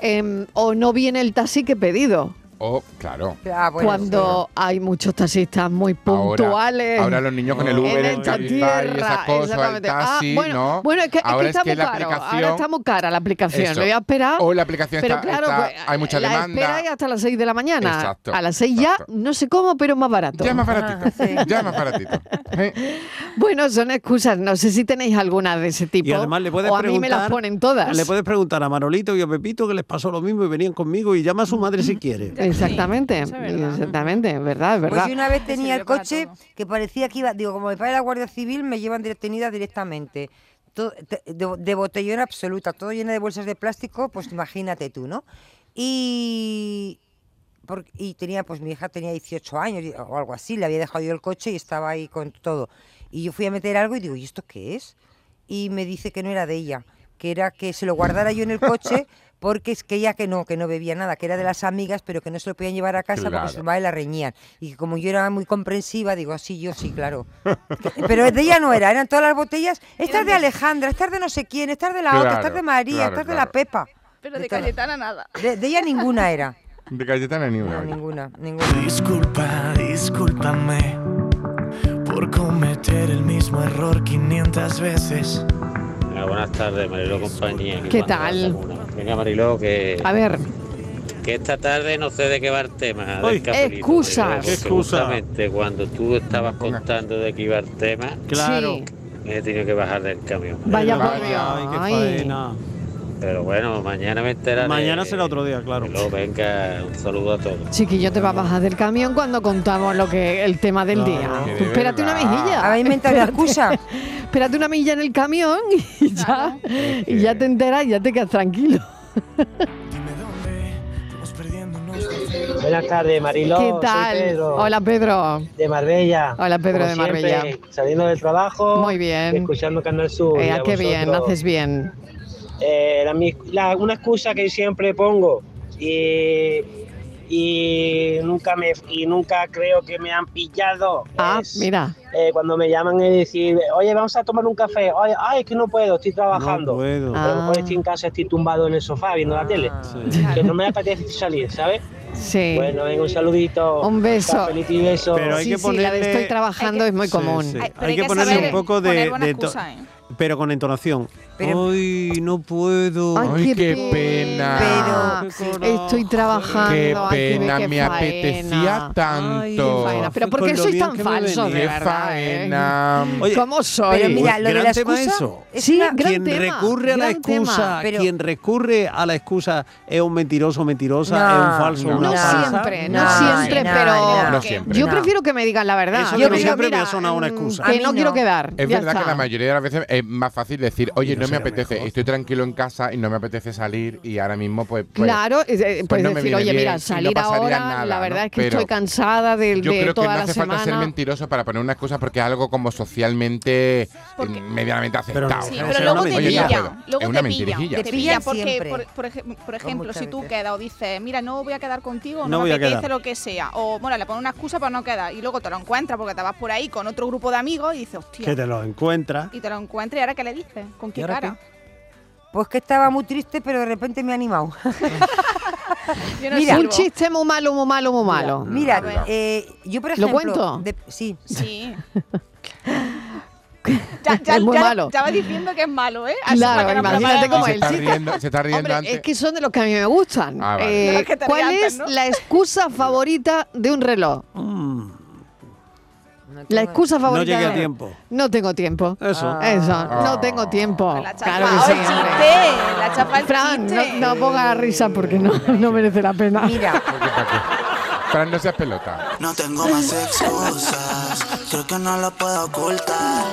Em, o no viene el taxi que he pedido.
O, Oh, claro.
cuando hay muchos taxistas muy
Ahora-
puntuales.
Ahora los niños con el Uber,
en
el
esta
Cabify,
tierra,
esas cosas, el
exactamente. Ah,
taxi,
bueno,
¿no?
bueno, es que, es que
Ahora
está muy
la
caro.
aplicación...
Ahora está muy cara la aplicación.
Eso.
Lo voy a esperar.
O la aplicación
pero
está-
claro,
está-
pues,
hay mucha
la
demanda.
espera y hasta las 6 de la mañana.
Exacto,
a las 6 ya, no sé cómo, pero más barato. Ah.
Ya más baratito, ya más
*laughs*
baratito.
Bueno, son excusas. No sé si tenéis alguna de ese tipo.
Y además le puedes
o a
preguntar.
mí me las ponen todas.
Le puedes preguntar a Manolito y a Pepito que les pasó lo mismo y venían conmigo y llama a su madre si quiere.
Exactamente, exactamente, es verdad, es verdad.
Pues yo una vez tenía el coche que parecía que iba, digo, como me pague la Guardia Civil, me llevan detenida directamente. To- te- de, de botellón absoluta, todo lleno de bolsas de plástico, pues imagínate tú, ¿no? Y, por- y tenía, pues mi hija tenía 18 años y- o algo así, le había dejado yo el coche y estaba ahí con todo. Y yo fui a meter algo y digo, ¿y esto qué es? Y me dice que no era de ella, que era que se lo guardara yo en
*laughs*
el coche porque es que ella que no, que no bebía nada, que era de las amigas, pero que no se lo podían llevar a casa
Claro.
porque su madre la reñían. Y que como yo era muy comprensiva, digo, así yo sí,
*laughs*
claro. Pero de ella no era, eran todas las botellas, estas de Alejandra, estas de no sé quién, estas de la otra,
Claro,
estas de María,
claro,
estas de
claro.
la Pepa.
Pero
De
de
todo.
Cayetana nada.
De, de ella ninguna
*laughs*
era.
De Cayetana ni una.
Ninguna, ninguna.
Disculpa, discúlpame por cometer el mismo error 500 veces.
buenas tardes, Mariló Compañía.
¿Qué tal?
Venga, Mariló, que,
A ver,
que esta tarde no sé de qué va el tema.
Uy.
Del cafelito,
Excusas.
Mariló, porque
Excusa.
justamente cuando tú estabas contando de que iba el tema,
Claro. Sí.
me he tenido que bajar del camión.
Vaya por Dios.
Ay, qué
Ay.
faena.
Pero bueno, mañana me enteraré.
Mañana será otro día, claro.
Mariló, venga, un saludo a todos.
chiquillo, te va a bajar del camión cuando contamos lo que el tema del día.
que
Tú
de
espérate una
verdad.
mejilla.
Habéis inventado una
Espérate-
excusa.
*laughs* Espérate una milla en el camión y ya, y ya te enteras y ya te quedas tranquilo.
Buenas tardes, Mariló.
¿Qué
Soy
tal?
Pedro,
Hola, Pedro.
De Marbella.
Hola, Pedro
Como
de Marbella.
siempre, saliendo del trabajo.
Muy bien.
Escuchando Canal Sur. y
Ea,
a
Eh, qué bien,
vosotros.
haces bien.
Eh, la, mi- la- una excusa que siempre pongo y, y nunca me y nunca creo que me han pillado.
Ah,
es,
mira.
eh, cuando me llaman y decir, oye, vamos a tomar un café. Oye, ay, es que no puedo, estoy trabajando.
No puedo. Ah,
A lo
Ah.
mejor estoy en casa, estoy tumbado en el sofá viendo la tele. Que no me apetece salir, ¿sabes?
Sí.
Bueno, venga, un saludito.
Un beso.
Cafelito y beso.
Pero hay
sí,
que
sí, la de
ponerle-
estoy trabajando es muy
Sí,
común.
sí. Hay que ponerle un poco de. de to- Pero con entonación.
Pero-
Ay, no puedo.
Ay, qué pena.
Ah, Estoy trabajando.
Qué
ay, ve
pena,
qué
me
faena.
apetecía tanto.
Qué faena. Pero ¿por
Con
qué
lo
sois
bien
tan
que me
falsos, de
venía.
verdad? eh?
Faena.
¿Cómo soy?
Pero mira, lo de Gran la tema excusa eso.
es
Sí,
una-
gran
quien
tema,
recurre a la
gran tema.
excusa,
Pero-
quien recurre a la excusa es un mentiroso, mentirosa,
No,
es un falso,
no,
una falsa.
siempre, no, siempre, pero
No siempre.
yo
No.
prefiero que me digan la verdad.
Eso
yo
de no
digo,
siempre
mira, mm,
me ha sonado una excusa.
que no, quiero quedar.
Es
ya
verdad que
está.
la mayoría de las veces es más fácil decir, oye, no, me apetece, estoy tranquilo en casa y no me apetece salir y ahora mismo pues... pues,
Claro, es- eh,
pues
puedes
no me
decir,
viene
oye,
bien y
mira,
no
salir
pasaría
ahora,
nada,
la
¿no?
verdad es que
Pero
estoy cansada de,
Yo
de
creo que
toda
no
la
hace
semana.
falta ser mentiroso para poner una excusa porque es algo como socialmente eh, medianamente aceptado.
Sí,
¿no?
pero Es luego una te
Oye, no
pillan,
puedo.
Luego
es una
te pillan,
mentirijilla. *laughs*
te
sí.
pillan porque,
siempre.
por, por ej- por ejemplo,
muchas
si tú
veces.
quedas o dices, mira, no voy a quedar contigo, no,
No voy
me
a
apetece
quedar.
lo que sea, o bueno, le pones una excusa para no quedar y luego te lo encuentras porque te vas por ahí con otro grupo de amigos y dices, hostia,
Que te los encuentras.
y te lo encuentras y ahora qué le dices, con qué
¿Y ahora
cara.
Pues que estaba muy triste, pero de repente me ha animado.
*laughs* Yo no
Mira, un
sirvo.
chiste muy malo, muy malo, muy malo.
Mira,
Mira,
eh, yo por
¿Lo
ejemplo.
cuento?
de- sí.
Sí.
*laughs*
ya, ya,
Es muy
ya-
malo.
ya va diciendo que es malo, ¿eh? Así para que
Claro,
no
imagínate cómo
se
es el
está
chiste.
riendo, se está riendo
Hombre,
antes.
es que son de los que a mí me gustan.
Ah, vale.
Eh,
De los
que te
¿Cuál
levantan,
es
¿no?
la
*laughs*
excusa favorita de un reloj?
Mm.
La excusa favorita.
No llegué
de-
a tiempo.
No tengo tiempo.
Eso. Ah.
Eso.
Ah.
No tengo tiempo. Claro que
chapa,
sí.
¡ay,
hombre.
chiste! La chapa el
Fran, no,
chiste.
no ponga la risa porque no, no merece la pena. *laughs*
Mira.
Fran, no seas pelota.
No tengo más excusas, creo que no lo puedo ocultar.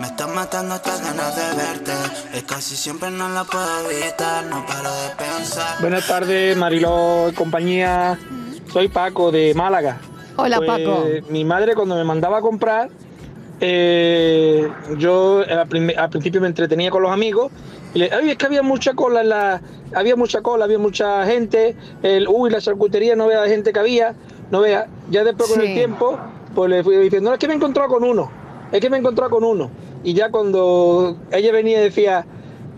Me están matando estas ganas de verte, es casi siempre no la puedo evitar, no paro de pensar.
Buenas tardes, Mariló y compañía. Soy Paco de Málaga.
Hola, Paco.
Pues,
Mi madre cuando me mandaba a comprar
eh, yo al, prim- al principio me entretenía con los amigos. Y le, Ay, es que había mucha cola, en la, había mucha cola, había mucha gente. El, uy, la charcutería, no vea la gente que había, no vea. Ya después con el tiempo, pues le fui diciendo, no, es que me he encontrado con uno, es que me he encontrado con uno. Y ya cuando ella venía decía,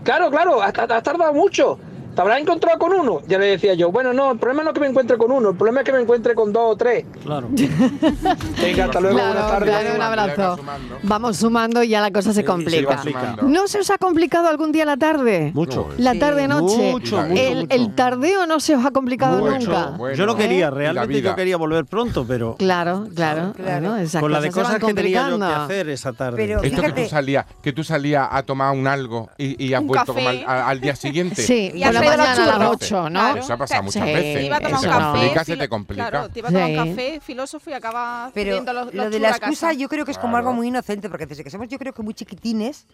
claro, claro, has, has tardado mucho, te habrás encontrado con uno. Ya le decía yo, bueno, no, el problema no es que me encuentre con uno, el problema es que me encuentre con dos o tres.
Claro.
Venga, hasta luego,
Claro,
buenas tardes.
claro, un abrazo. Vamos sumando y ya la cosa se complica.
se va sumando.
¿No se os ha complicado algún día la tarde?
Mucho.
La
Sí.
tarde-noche.
Mucho, mucho,
el,
mucho.
el tardeo no se os ha complicado nunca.
Pues yo no quería,
¿Eh?
realmente yo quería volver pronto, pero
Claro, claro. bueno, esas
con la de
se van
cosas que tenía yo que
complicando.
hacer esa tarde.
Esto que tú salías que tú salías a tomar un algo y, y has
Un
vuelto
café.
como al, a-
*laughs*
al día siguiente. Pues
Sí, Y por la has ido a mañana a las ocho, ¿no? Claro.
Eso ha pasado muchas
Sí,
veces.
te iba a tomar
se
un café,
complica, se
filo-
te complica.
Claro, te iba a tomar
Sí.
un café, filósofo y acabas
Pero
viendo los,
lo
los
de la
churros a casa.
excusa yo creo que es como algo muy inocente, porque desde que somos yo creo que muy chiquitines,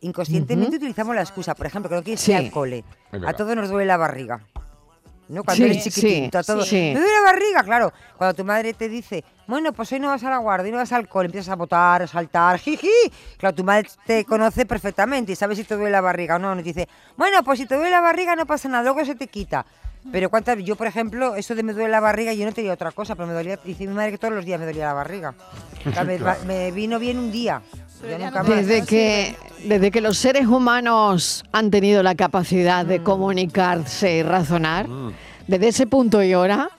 inconscientemente utilizamos la excusa. Por ejemplo, que no quieres ir
Sí.
al cole.
Es verdad.
A todos nos duele la barriga. ¿No? Cuando
Sí,
eres chiquitito, a
sí,
todos.
sí.
Me duele la barriga, claro. Cuando tu madre te dice, bueno, pues hoy no vas a la guardia, hoy no vas al cole, empiezas a botar, a saltar, jiji. Claro, tu madre te conoce perfectamente y sabe si te duele la barriga o no. No te dice, bueno, pues si te duele la barriga no pasa nada, luego se te quita. Pero cuántas, yo por ejemplo, eso de me duele la barriga, yo no tenía otra cosa, pero me dolía, dice mi madre que todos los días me dolía la barriga. O sea, me,
Claro.
me vino bien un día. ya nunca más.
Desde que, desde que los seres humanos han tenido la capacidad
Mm.
de comunicarse y razonar, desde ese punto y hora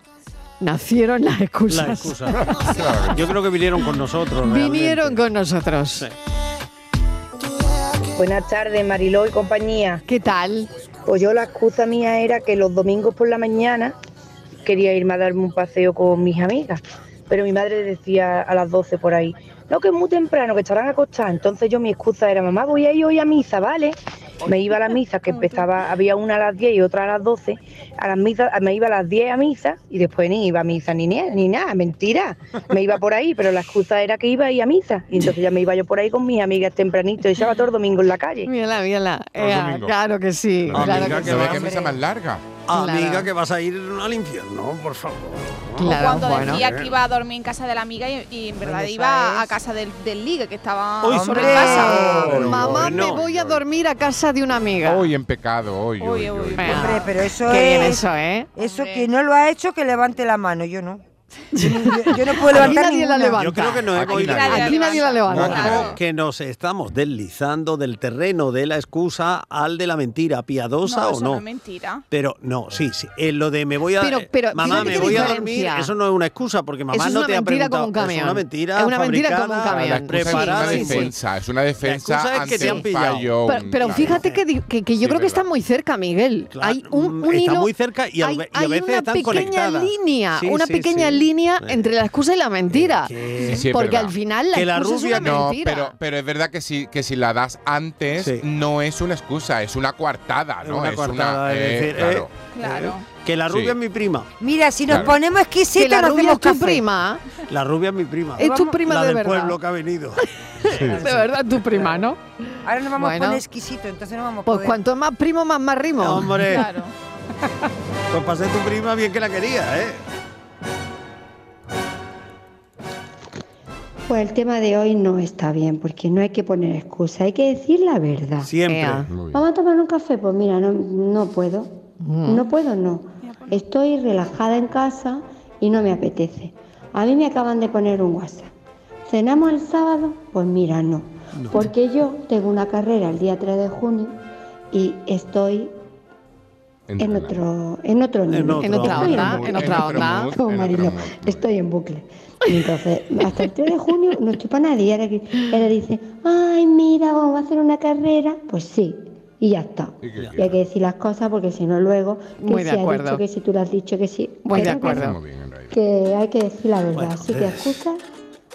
nacieron las excusas.
La
*laughs*
excusa. yo creo que vinieron con nosotros. realmente.
Vinieron con nosotros.
Buenas tardes, Mariló y compañía.
¿Qué tal?
Pues yo la excusa mía era que los domingos por la mañana quería irme a darme un paseo con mis amigas, pero mi madre decía a las 12 por ahí, no, que es muy temprano, que estarán acostadas. Entonces yo mi excusa era, mamá, voy a ir hoy a misa, ¿vale? Me iba a la misa, que empezaba, había una a las 10 y otra a las 12. A las misas, me iba a las 10 a misa y después ni iba a misa ni, ni, ni nada, mentira. Me iba por ahí, pero la excusa era que iba a ir a misa. Y entonces ya me iba yo por ahí con mis amigas tempranito y estaba todo el domingo en la calle.
Mírala, mírala. Ea,
domingo.
claro que sí.
Amiga,
claro que
Ah, que
sí.
va- que misa más
larga.
Amiga,
Claro.
que vas a ir al infierno, por favor.
o cuando decía que iba a dormir en casa de la amiga y, y en verdad
esa
iba a casa del, del ligue que estaba
Uy,
sobre
hombre.
casa.
Ay,
Mamá,
ay,
me
no.
voy a dormir a casa de una amiga.
Hoy en pecado, hoy. hoy, hoy, hoy.
Hombre, pero eso
Qué bien
es-
eso, ¿eh?
Eso que no lo ha hecho, que levante la mano,
*laughs*
yo no. Yo, no- yo no puedo
Aquí nadie
levantar
la
ninguna.
levanta.
Yo creo que nos
Aquí
hemos ido.
nadie la Aquí nadie la levanta.
Ojo,
Claro.
que nos estamos deslizando del terreno de la excusa al de la mentira, piadosa
No,
o
eso
no.
es mentira.
Pero no, sí, sí. eh, lo de me voy a.
Pero- pero
mamá,
fíjate
me
qué
voy a dormir.
diferencia.
Eso no es una excusa porque mamá
Eso es
no
una
te ha
mentira como
preguntado.
un
Es
camión.
una mentira.
Es una mentira como un
fabricada,
camión.
La excusa es una
preparada y-
defensa, es una
excusa
defensa
es que te
ante
han
un
pillado.
fallo.
Pero,
un-
pero
claro.
fíjate que, di- que, que yo creo que está muy cerca, Miguel. hay un, un
mm, está
hilo-
muy cerca y a
hay,
ve- y a
hay
veces
una
están
pequeña
conectadas.
línea,
Sí,
una
sí,
pequeña
sí.
línea entre la excusa y la mentira.
Sí, sí, es
Porque
verdad.
al final la excusa es una
no,
mentira.
pero, pero es verdad que si, que si la das antes, no es una excusa, es una coartada, ¿no?
una
es
coartada, es
eh,
decir, eh,
claro.
Claro.
Que la rubia
Sí.
es mi prima.
Mira, si nos
Claro.
ponemos exquisitos,
Que la
nos
rubia
hacemos
es tu
café.
prima. ¿eh?
La rubia es mi prima.
Es tu prima
la
de
del
verdad.
pueblo que ha
*laughs*
venido.
De verdad, tu prima, ¿no?
Ahora nos vamos
Bueno.
a poner exquisitos, entonces no vamos a
Pues
poder.
cuanto más primo, más más rimo.
Hombre. Claro. Pues pasé tu prima bien que la quería, ¿eh?
Pues el tema de hoy no está bien, porque no hay que poner excusa, hay que decir la verdad.
Siempre. Ea. Muy bien.
Vamos a tomar un café, pues mira, no, no puedo.
Mm.
No puedo, no. Estoy relajada en casa y no me apetece. A mí me acaban de poner un WhatsApp. ¿Cenamos el sábado? Pues mira, no. Porque yo tengo una carrera el día 3 de junio y estoy en otro, en otro nivel.
otro En otra
Estoy
onda,
bucle.
en otra En otro onda. mood,
Como
en otro
Mariló, estoy en bucle. Entonces, hasta el 3 de junio no estoy para nadie. Y ahora, que- ahora dice, ay, mira, vamos a hacer una carrera. Pues sí, y ya está. ¿Y, qué hay que decir las cosas porque si no luego, que
Muy de
si has
acuerdo.
dicho, que si tú lo has dicho, que sí.
Muy de
Creo que-
acuerdo.
Que hay que decir la verdad.
Bueno,
Así
eh.
que excusa,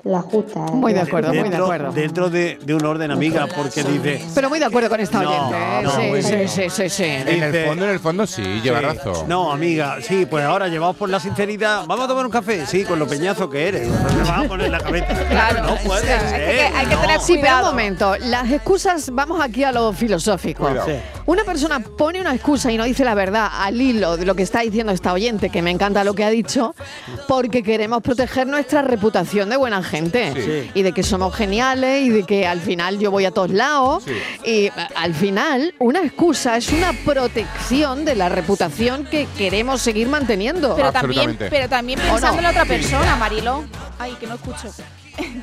la justa. ¿eh?
Muy de acuerdo, muy de
Dentro-
acuerdo.
Dentro de, de un orden, amiga, porque dice.
Pero muy de acuerdo con esta
No,
oyente. ¿eh?
no,
sí,
muy
sí,
bien.
sí, sí, sí.
En el fondo, en el fondo sí, lleva razón.
No, amiga, sí, pues ahora llevados por la sinceridad, vamos a tomar un café, sí, con lo peñazo que eres. No te vas a poner la cabeza.
Claro,
no puede
es que- es que hay que tener
Sí, pero un
cuidado.
momento. Las excusas, vamos aquí a lo filosófico.
Cuidado. Sí.
Una persona pone una excusa y no dice la verdad al hilo de lo que está diciendo esta oyente, que me encanta lo que ha dicho, porque queremos proteger nuestra reputación de buena gente
Sí.
y de que somos geniales y de que al final yo voy a todos lados. Y a- al final una excusa es una protección de la reputación que queremos seguir manteniendo.
Pero también, pero también
¿O no?
pensando en la otra
Sí.
persona, Marilo. Ay, que no escucho.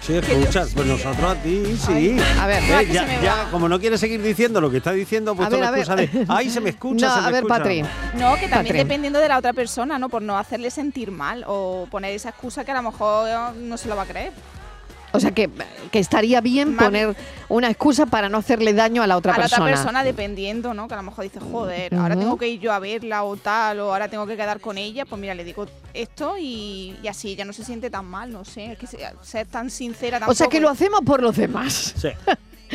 Sí, escuchas. Pues nosotros a ti, sí.
A ver,
Eh,
va, que
ya,
se me
ya, como no quieres seguir diciendo lo que está diciendo, pues
A ver,
la
a ver.
excusa de. Ay, se me escucha.
No,
se me
a ver,
escucha".
Patri.
No, que también
Patri.
dependiendo de la otra persona, ¿no? Por no hacerle sentir mal o poner esa excusa que a lo mejor eh, no se la va a creer.
O sea que, que estaría bien poner una excusa para no hacerle daño a la otra
a la
persona.
otra persona dependiendo, ¿no? Que a lo mejor dice, joder, ahora
Ujú.
tengo que ir yo a verla o tal, o ahora tengo que quedar con ella, pues mira, le digo esto y, y así ella no se siente tan mal, no sé, es que sea- ser tan sincera tampoco.
o sea que lo hacemos por los demás.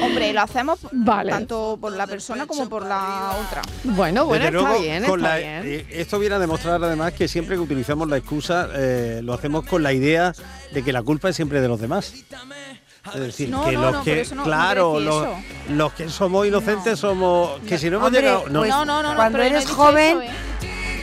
Hombre, lo hacemos
Vale.
tanto por la persona como por la otra.
Bueno, bueno,
Desde
está
luego,
bien,
con
está
la-
bien.
eh, esto viene a demostrar además que siempre que utilizamos la excusa eh, lo hacemos con la idea de que la culpa es siempre de los demás. Es decir,
No,
que
no,
los
no, pero
que,
eso no- no
claro,
quiere decir
los, los que somos inocentes somos que si no hemos
Hombre,
llegado, no,
pues, Cuando eres joven,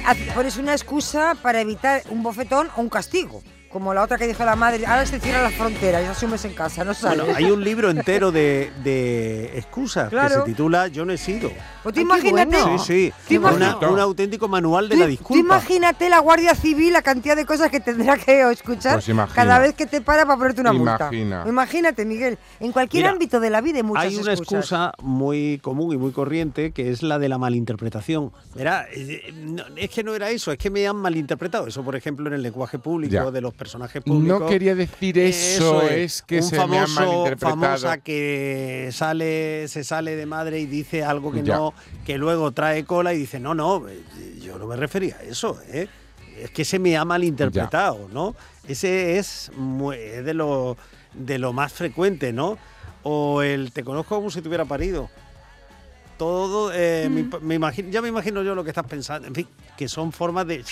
haz- pones una excusa para evitar un bofetón o un castigo. Como la otra que dijo la madre, ahora se cierra la frontera y asumes en casa, no sales.
Bueno, hay un libro entero de, de excusas que
Claro.
se titula Yo no he sido.
Pues tú imagínate,
Sí, sí.
Qué
Una-
bonito.
un auténtico manual de la
tú
disculpa.
imagínate la Guardia Civil, la cantidad de cosas que tendrá que escuchar
Pues imagina.
cada vez que te para para ponerte una
Imagina.
multa. Imagínate, Miguel, en cualquier
Mira,
ámbito de la vida hay muchas
Hay una
excusas.
excusa muy común y muy corriente que es la de la malinterpretación. Verá, eh, no, es que no era eso, es que me han malinterpretado. Eso, por ejemplo, en el lenguaje público
Ya.
de los personajes públicos.
No quería decir eso, es, que
un
se me ha
famoso,
malinterpretado.
famosa que sale, se sale de madre y dice algo que
Ya.
no, que luego trae cola y dice, no, no, eh, yo no me refería a eso, ¿eh? es que se me ha malinterpretado, ¿no? Ese es mu- es de lo, de lo más frecuente, ¿no? O el te conozco como si te hubiera parido. Todo, eh, me imp- me imagino, ya me imagino yo lo que estás pensando. En fin, que son formas de...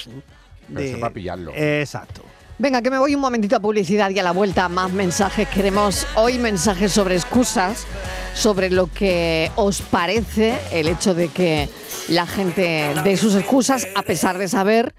de
eso para pillarlo.
Exacto.
Venga, que me voy un momentito a publicidad y a la vuelta más mensajes. Queremos hoy mensajes sobre excusas, sobre lo que os parece el hecho de que la gente dé sus excusas a pesar de saber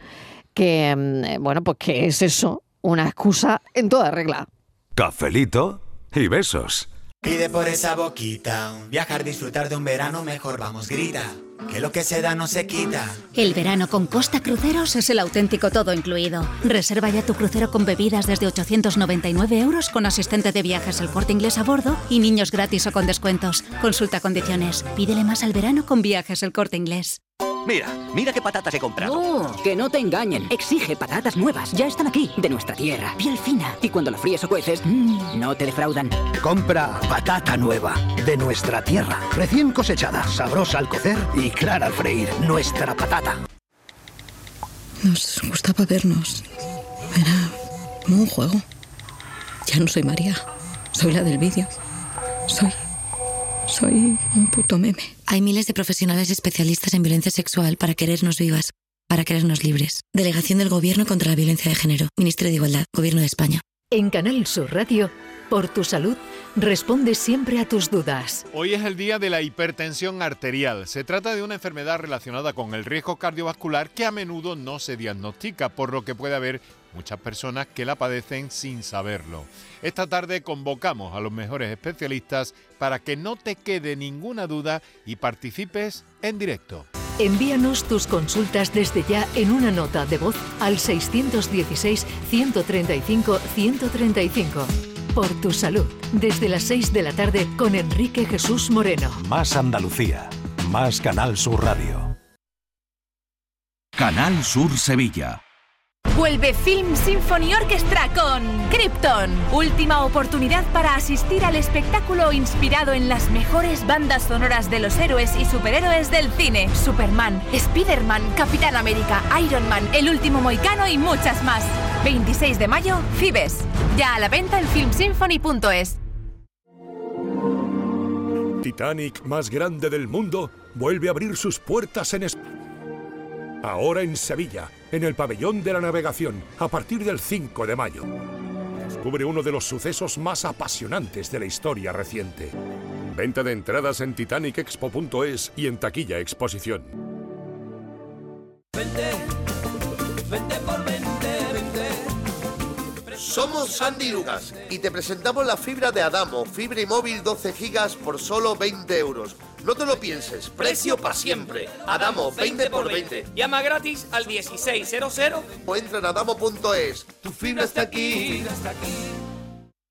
que, mm, bueno, pues que es eso, una excusa en toda regla.
Cafelito y besos.
Pide por esa boquita, viajar, disfrutar de un verano mejor, vamos, grita, que lo que se da no se quita.
El verano con Costa Cruceros es el auténtico todo incluido. Reserva ya tu crucero con bebidas desde 899 euros con asistente de viajes el corte inglés a bordo y niños gratis o con descuentos. Consulta condiciones. Pídele más al verano con viajes el corte inglés.
Mira, mira qué patatas he comprado.
No,
que no te engañen. Exige patatas nuevas. Ya están aquí, de nuestra tierra. Piel fina. Y cuando las fríes o cueces, mmm, no te defraudan.
Compra patata nueva de nuestra tierra, recién cosechada, sabrosa al cocer y clara al freír. Nuestra patata.
Nos gustaba vernos. Era como un juego. Ya no soy María. Soy la del vídeo. Soy. Soy un puto meme.
Hay miles de profesionales especialistas en violencia sexual para querernos vivas, para querernos libres. Delegación del Gobierno contra la Violencia de Género, Ministerio de Igualdad, Gobierno de España.
En Canal Sur Radio, por tu salud, responde siempre a tus dudas.
Hoy es el día de la hipertensión arterial. Se trata de una enfermedad relacionada con el riesgo cardiovascular que a menudo no se diagnostica, por lo que puede haber muchas personas que la padecen sin saberlo. Esta tarde convocamos a los mejores especialistas para que no te quede ninguna duda y participes en directo.
Envíanos tus consultas desde ya en una nota de voz al 616-135-135. Por tu salud, desde las 6 de la tarde con Enrique Jesús Moreno.
Más Andalucía. Más Canal Sur Radio. Canal Sur Sevilla.
Vuelve Film Symphony Orchestra con Krypton. Última oportunidad para asistir al espectáculo inspirado en las mejores bandas sonoras de los héroes y superhéroes del cine. Superman, Spider-Man, Capitán América, Iron Man, El último Moicano y muchas más. 26 de mayo, Fibes. Ya a la venta en filmsymphony.es.
Titanic más grande del mundo vuelve a abrir sus puertas en España. Ahora en Sevilla, en el pabellón de la navegación, a partir del 5 de mayo. Descubre uno de los sucesos más apasionantes de la historia reciente. Venta de entradas en titanicexpo.es y en taquilla exposición.
Somos Sandy Lucas y te presentamos la fibra de Adamo, fibra y móvil 12 gigas por solo 20 euros. No te lo pienses, precio para siempre. Adamo, 20 por 20.
Llama gratis al 1600.
O entra en adamo.es. Tu fibra está aquí.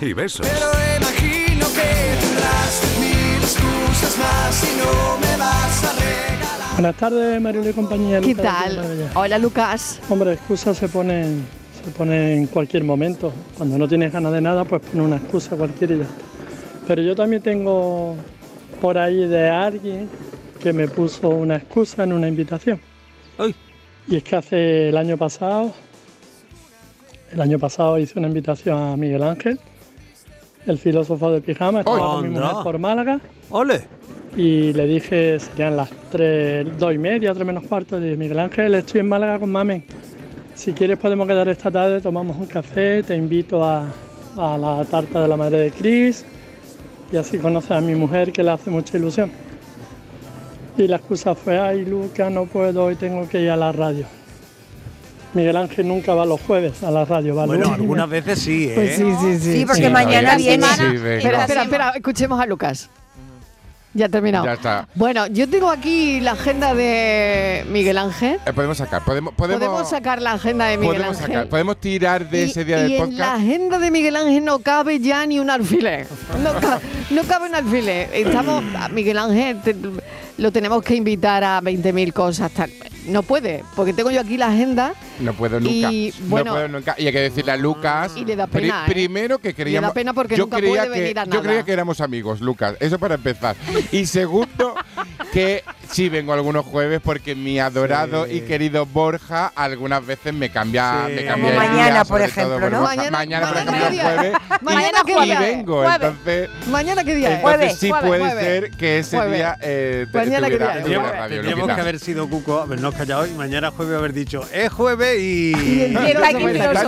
y besos.
Pero imagino que tendrás mil excusas más y no me vas a regalar.
Buenas tardes, Marilo y compañía.
¿Qué
Lucas de
tal?
Torrebella.
Hola Lucas.
Hombre, excusas se ponen, se ponen en cualquier momento. Cuando no tienes ganas de nada, pues pon una excusa cualquiera y ya está. Pero yo también tengo por ahí de alguien que me puso una excusa en una invitación. Y es que hace el año pasado, el año pasado hice una invitación a Miguel Ángel, el filósofo de pijama, estaba con mi
Anda.
mujer por Málaga.
¡Ole!
Y le dije, serían las 3, 2 y media, 3 menos cuarto, de Miguel Ángel, estoy en Málaga con Mamen. Si quieres podemos quedar esta tarde, tomamos un café, te invito a, a la tarta de la madre de Cris y así conoces a mi mujer que le hace mucha ilusión. Y la excusa fue, ay Luca, no puedo, hoy tengo que ir a la radio. Miguel Ángel nunca va los jueves a la radio, ¿vale?
Bueno, algunas veces sí, ¿eh?
Pues sí, sí, sí.
Sí, porque
mañana
viene.
espera, espera, espera, escuchemos a Lucas. Ya ha terminado.
Ya está.
Bueno, yo tengo aquí la agenda de Miguel Ángel.
Eh, podemos sacar, podemos, podemos,
Podemos, sacar la agenda de Miguel
podemos
Ángel.
sacar, podemos tirar de ese día
y
del
en la
podcast.
agenda de Miguel Ángel no cabe ya ni un alfiler. No, ca- no cabe un alfiler. Estamos, a Miguel Ángel te- lo tenemos que invitar a 20.000 cosas. tal. No puede, porque tengo yo aquí la agenda.
No puedo
Y,
nunca.
bueno,
no puedo nunca. Y hay que decirle a Lucas.
Y le da pena, ¿eh?
Primero que creíamos.
Le da pena porque
yo
nunca
creía
puede
que,
venir a
Yo
nada.
creía que éramos amigos, Lucas. Eso para empezar. Y segundo, que sí vengo algunos jueves porque mi adorado y querido Borja algunas veces me cambia.
Sí.
Me cambia
Como
el día,
mañana, por
sobre todo
ejemplo, ¿no?
Borja. Mañana,
Mañana-
por
mañana
ejemplo,
día.
jueves. y-
*laughs* Mañana
y,
qué día es,
vengo.
jueves.
Entonces.
¿Mañana qué día es?
Entonces sí puede
jueves.
ser que ese
Jueves.
día eh, te-
Mañana que
estuviera
día es,
estuviera
jueves.
en radio,
Tendríamos
Luquita.
que haber sido cuco, habernos callado y mañana jueves haber dicho, es jueves y... *laughs*
el filósofo.
Y está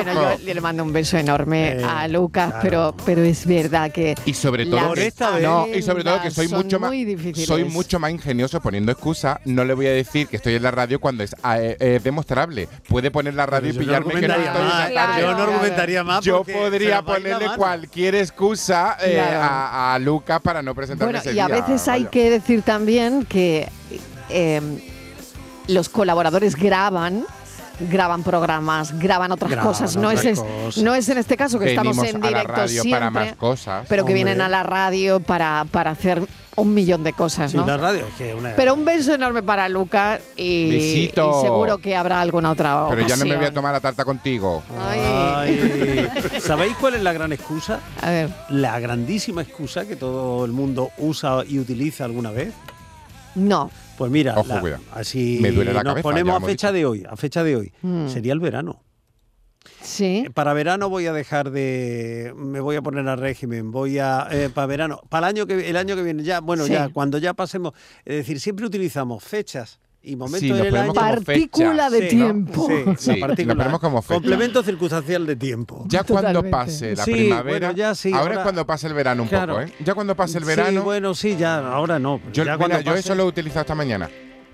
el
Bueno, yo le mando un beso enorme
Eh,
a Lucas, pero, pero es verdad que.
Y sobre todo,
las
que, no, y
agendas
sobre todo que soy
son
mucho más
muy difíciles.
soy mucho más ingenioso poniendo excusa. No le voy a decir que estoy en la radio cuando es ah, eh, eh, demostrable. Puede poner la radio y
Yo no
pillarme que no
argumentaría
estoy en la
más,
radio.
yo no argumentaría más
Yo
porque se
podría
nos va a ir la
ponerle
mano.
cualquier excusa eh,
Claro.
a, a Lucas para no presentarme
Bueno,
ese
y a
día,
veces hay
vaya.
que decir también que eh, los colaboradores graban. Graban programas, graban otras
Graban
cosas. No,
otras
es, es-
cosas.
no es en este caso que estamos
Venimos
en
a la
directo
radio
siempre,
para más cosas.
pero que vienen
Hombre.
a la radio para, para hacer un millón de cosas,
Sí,
¿no?
la radio es que una...
Pero un beso enorme para Lucas y,
Besito.
y seguro que habrá alguna otra
Pero ya no me voy a
ocasión.
tomar la tarta contigo.
*laughs*
Ay.
*laughs*
¿Sabéis cuál es la gran excusa?
A ver.
La grandísima excusa que todo el mundo usa y utiliza alguna vez.
No.
Pues mira,
Ojo,
la-
cuidado.
así
Me duele la
nos
cabeza, ya
ponemos
lo
a
hemos
fecha de hoy, a fecha de hoy.
Mm.
Sería el verano. Eh,
Sí.
Para verano voy a dejar de me voy a poner a régimen, voy a eh, para verano, para el año que el año que viene ya, bueno,
Sí.
ya cuando ya pasemos, es decir, siempre utilizamos fechas y momentos
nos
del año.
ponemos como Partícula de
Sí, ¿no?
tiempo.
Sí,
Sí,
la
nos
partícula.
ponemos como fecha.
Complemento circunstancial de tiempo.
Ya cuando pase la
Sí,
primavera,
bueno, ya sí,
ahora, es
ahora-
cuando pasa el verano un
Claro.
poco, ¿eh? Ya cuando pasa el
Sí,
verano,
bueno, sí, ya ahora no.
Yo,
ya
mira,
cuando
yo
pase-
eso lo he utilizado esta mañana.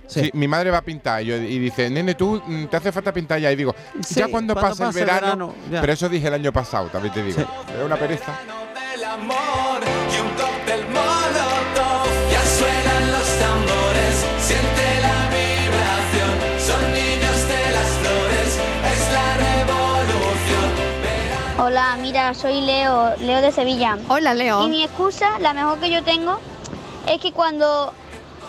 Sí, mi madre va a pintar y, yo- y dice, nene, tú mm, te hace falta pintar ya. Y digo,
Sí,
ya cuando, pasa, el verano.
ya.
pero eso dije el año pasado, también te digo. Es una pereza.
Del molotov, ya suenan los tambores, siente la vibración, son niños de las flores, es la revolución.
Hola, mira, soy Leo, Leo de Sevilla.
Hola, Leo.
Y mi excusa, la mejor que yo tengo, es que cuando,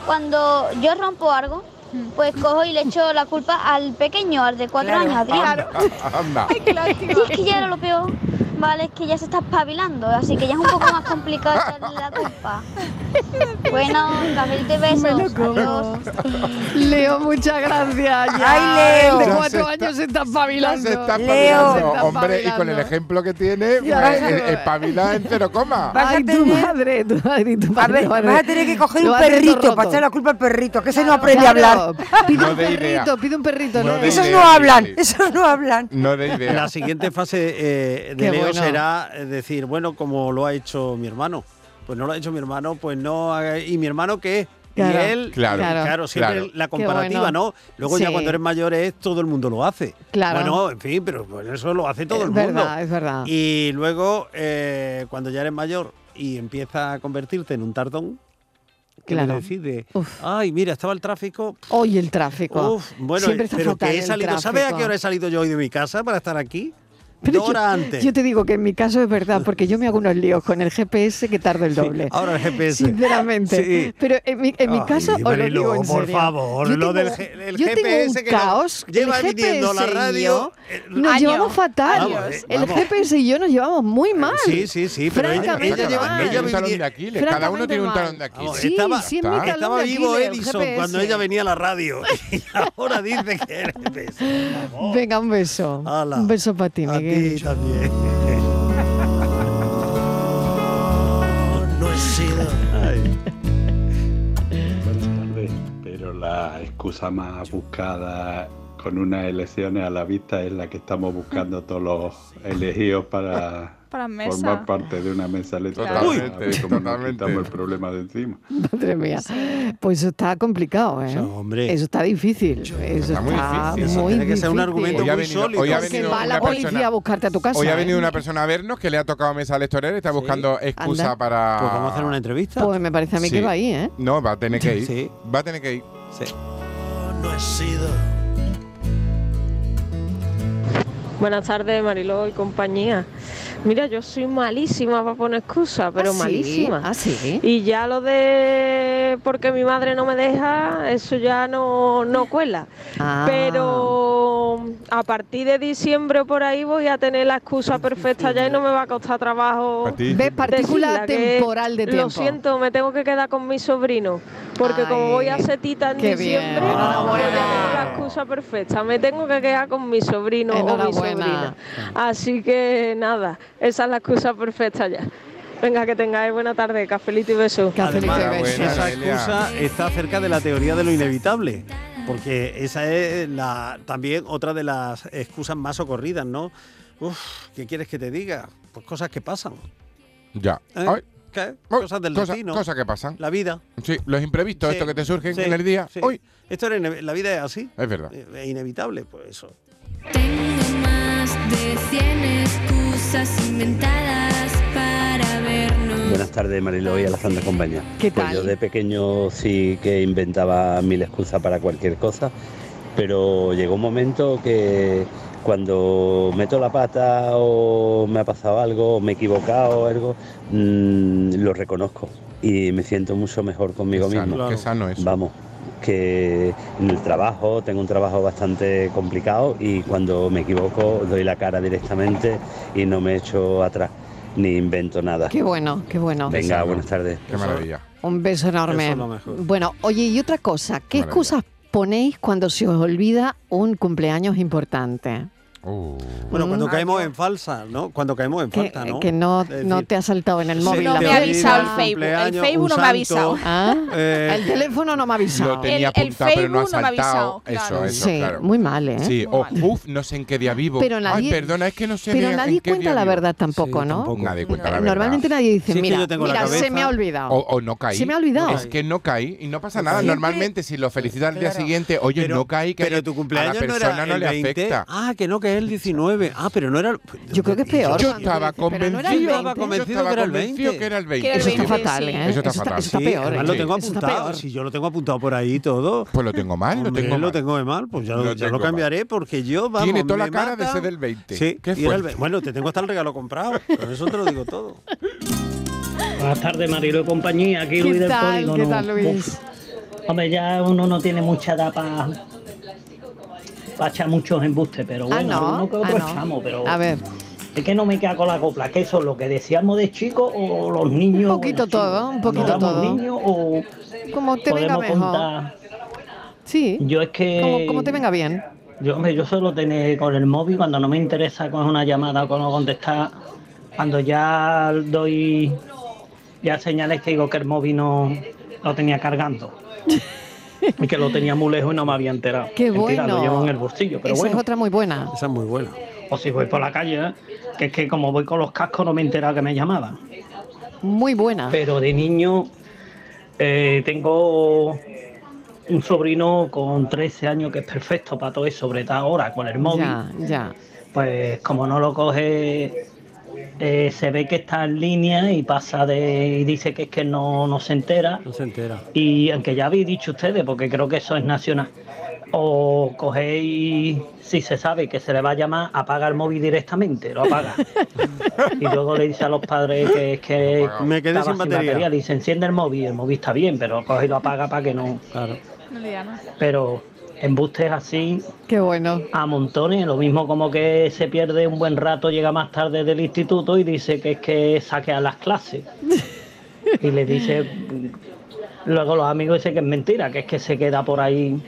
cuando yo rompo algo,
Mm.
pues cojo y le echo la culpa al pequeño, al de cuatro años, Adrián.
Anda.
Y es que ya era lo peor.
Vale, es que ya se está espabilando, así que ya es un poco más complicado echarle la
*laughs*
culpa. Bueno, cafelito y besos. Adiós.
Leo, muchas gracias. Ya
Ay, Leo.
De
Ya
cuatro
se está-
años se está
Ya
espabilando.
se está
Leo.
espabilando, hombre, y con el ejemplo que tiene,
Ya,
pues,
ya.
eh, espabila en cero coma.
Ay, tu madre, tu madre y tu padre.
*laughs*
ver, vas a tener que coger
Lo
un
has roto,
perrito
roto.
para echar la culpa al perrito, que ese no aprende a hablar.
Pide
No
un
de idea.
perrito, pide un perrito.
No
Leo.
de
Esos
idea.
no hablan, esos no hablan.
No de idea.
La siguiente fase eh,
Qué
de Leo
bueno.
será eh, decir, bueno, como lo ha hecho mi hermano. Pues no lo ha hecho mi hermano, pues no. haga- ¿Y mi hermano qué?
Claro.
y él,
Claro,
claro,
claro.
siempre
Claro.
la
Qué
comparativa,
bueno.
¿no? Luego ya
Sí.
cuando eres mayor es todo el mundo lo hace.
Claro.
Bueno, en fin, pero pues, eso lo hace todo
Es
el mundo.
verdad, es verdad.
Y luego, eh, cuando ya eres mayor y empieza a convertirte en un tardón, que
Claro.
me decide, ay, mira, estaba el tráfico,
Hoy el tráfico.
Uf, bueno,
Siempre está
pero
fatal
que he
el
salido. ¿Sabes a
tráfico.
qué hora he salido yo hoy de mi casa para estar aquí?
Pero
Dos
yo-
horas antes.
Yo te digo que en mi caso es verdad, porque yo me hago unos líos con el GPS que tardo el doble.
Ahora el GPS.
Sinceramente.
Sí.
Pero en mi, en mi
Ay,
caso, os lo
Marilo,
digo en
por
serio.
favor,
Yo
lo
tengo-
del G- el
yo tengo
GPS
un
que nos
caos.
lleva
el
viniendo la
GPS y
radio,
yo
eh,
Nos
años,
llevamos fatal.
años.
el
Vamos. Eh,
GPS y yo nos llevamos muy mal.
Sí, sí, sí, pero ella,
Francamente
ella lleva,
mal.
ella
un talón
venía-
de Aquiles, cada uno tiene un
mal.
talón de Aquiles.
Sí,
estaba,
sí, es mi talón
estaba
de
vivo
Aquiles, el
Edison
GPS.
cuando ella venía a la radio *laughs* y ahora dice que el GPS.
Venga, un beso. Un beso para ti, Miguel.
No he sido.
Buenas tardes, pero la excusa más buscada con unas elecciones a la vista es la que estamos buscando todos los elegidos para,
*laughs* Para mesa.
formar parte de una mesa electoral.
Claro. Uy,
A ver cómo nos quitamos el problema de encima.
*laughs* Madre mía. Pues eso está complicado, ¿eh? Eso está difícil. Eso está muy difícil.
Eso tiene que ser un
argumento
Hoy ha
muy
venido-
sólido.
hoy ha
Porque
venido
Va la
una
policía
persona-
a buscarte a tu casa.
Hoy ha venido
¿eh?
una persona a vernos que le ha tocado mesa electoral y está buscando excusa
Anda.
para.
Pues vamos a hacer una entrevista.
Pues me parece a mí que
Sí.
va ahí, ¿eh?
No, va a tener que ir.
Sí.
Va a tener que ir.
No he sido.
Buenas tardes, Mariló y compañía. Mira, yo soy malísima para poner excusas, pero
¿Ah, sí?
malísima.
¿Ah, sí?
Y ya lo de porque mi madre no me deja, eso ya no, no cuela.
Ah.
Pero a partir de diciembre o por ahí voy a tener la excusa perfecta ya y no me va a costar trabajo.
¿Ves? Partícula
decirla, que
temporal de tiempo.
Lo siento, me tengo que quedar con mi sobrino, porque como voy a setita en
qué bien. Ah,
diciembre, voy a tener la excusa perfecta. Me tengo que quedar con mi sobrino o mi
Enhorabuena.
sobrina. Así que nada, esa es la excusa perfecta ya. Venga, que tengáis buena tarde, cafelito y besos.
Esa excusa está cerca de la teoría de lo inevitable, porque esa es la, también otra de las excusas más socorridas, ¿no? Uf, ¿qué quieres que te diga? Pues cosas que pasan.
Ya.
¿eh?
Ay,
¿Qué?
ay,
cosas del
cosa-
destino.
Cosas que pasan.
La vida.
Sí, los imprevistos,
Sí,
esto que te surgen
sí,
en el día.
sí. Esto era ine- la vida es así.
Es verdad.
eh, Es inevitable, pues eso.
Más de 100 excusas inventadas para vernos.
Buenas tardes, Marilo y a la Santa Compañía.
¿Qué
Pues
tal?
yo de pequeño sí que inventaba mil excusas para cualquier cosa, pero llegó un momento que cuando meto la pata o me ha pasado algo, o me he equivocado o algo, mm, lo reconozco y me siento mucho mejor conmigo
Qué sano,
mismo.
qué sano eso.
Vamos, que en el trabajo, tengo un trabajo bastante complicado y cuando me equivoco doy la cara directamente y no me echo atrás ni invento nada.
Qué bueno, qué bueno.
Venga, buenas tardes.
Qué maravilla.
Un beso enorme.
Eso es lo mejor.
Bueno, oye, y otra cosa, ¿qué
Maravilla.
excusas ponéis cuando se os olvida un cumpleaños importante?
Uh.
Bueno,
Mm.
cuando caemos en falsa, ¿no? Cuando caemos en
Que
falta, ¿no?
que no,
Es
no
decir,
te ha saltado en el móvil.
No
la
me ha
fecha.
avisado el Facebook. El cumpleaños, Facebook un no me ha santo. avisado.
Ah,
Eh,
el teléfono no me ha avisado.
Lo tenía apuntado, pero no ha saltado. Eso, eso,
Sí,
claro.
muy mal, ¿eh?
Sí, o uf, no sé en qué día vivo.
Pero
Ay,
nadie,
perdona, es que no sé
pero
en
nadie
qué
cuenta
día
la
vivo.
verdad tampoco, ¿no? Eh,
Nadie cuenta la verdad.
Normalmente nadie dice,
Si es que
mira,
yo tengo la
mira se
cabeza-
me ha olvidado.
O, o no caí.
Se me ha olvidado.
Es que no caí y no pasa nada.
Siempre-
Normalmente, si lo felicitas al día
Claro.
siguiente, oye,
Pero-
no caí, que
pero tu cumpleaños
a la
no
persona
era el
le
20.
afecta.
Ah, que no, que es el 19. Ah, pero no era.
Yo creo que es peor.
Yo
cuando
estaba
dices, pero no era
convencido-
el
yo estaba
20.
convencido Yo estaba que era el convencido 20. que era el 20.
Eso está
Sí.
fatal, ¿eh?
Eso está fatal.
Eso está
Sí,
peor.
además
¿eh?
lo tengo
Eso está
apuntado.
peor.
Si yo lo tengo apuntado por ahí y todo.
Pues lo tengo mal, lo
Hombre,
tengo
Lo
mal.
tengo de mal, pues ya
Lo
lo, ya
tengo
lo
mal.
cambiaré porque yo, vamos.
Tiene toda
me
la cara
mata.
de ser del 20.
Sí,
Qué
y era el
fuerte.
ve- Bueno, te tengo hasta el regalo comprado. Con eso te lo digo todo.
Buenas tardes, Marilo y compañía. Aquí ¿Qué Luis del tal? Polígono. ¿Qué tal, Luis? Uf. Hombre, ya uno no tiene mucha edad para echar muchos embustes, pero Ah, bueno, ¿no? alguno que Ah, otro ¿no? echamos, pero A ver. Es que no me queda con la copla, que eso es lo que deseamos de chicos o los niños.
Un poquito todo, un poquito
éramos
todo.
niños o
Como te venga
podemos
mejor.
contar.
Sí.
Yo es que.
Como, como te venga bien.
Yo, hombre, yo suelo tener con el móvil cuando no me interesa con una llamada o con no contestar. Cuando ya doy ya señales que digo que el móvil no lo tenía cargando. y que lo tenía muy lejos y no me había enterado.
Qué
Mentira,
bueno.
Lo llevo en el bolsillo, pero
Esa
bueno.
es otra muy buena.
Esa es muy buena. O si voy por la calle, ¿eh? que es que como voy con los cascos no me he enterado que me llamaban.
Muy buena.
Pero de niño eh, tengo un sobrino con 13 años que es perfecto para todo eso, sobre todo ahora con el móvil.
Ya, ya.
Pues como no lo coge, eh, se ve que está en línea y pasa de y dice que es que no, no se entera.
No se entera.
Y aunque ya habéis dicho ustedes, porque creo que eso es nacional, o cogéis, si se sabe que se le va a llamar, apaga el móvil directamente, lo
*laughs*
apaga. y luego le dice a los padres que es que
Eh, Me quedé
estaba
sin batería.
Le dice, enciende el móvil, el móvil está bien, pero coge y lo apaga para que no. Pero embustes así.
Qué bueno.
A montones, lo mismo como que se pierde un buen rato, llega más tarde del instituto y dice que es que saquea las clases. y le dice, luego los amigos dicen que es mentira, que es que se queda por ahí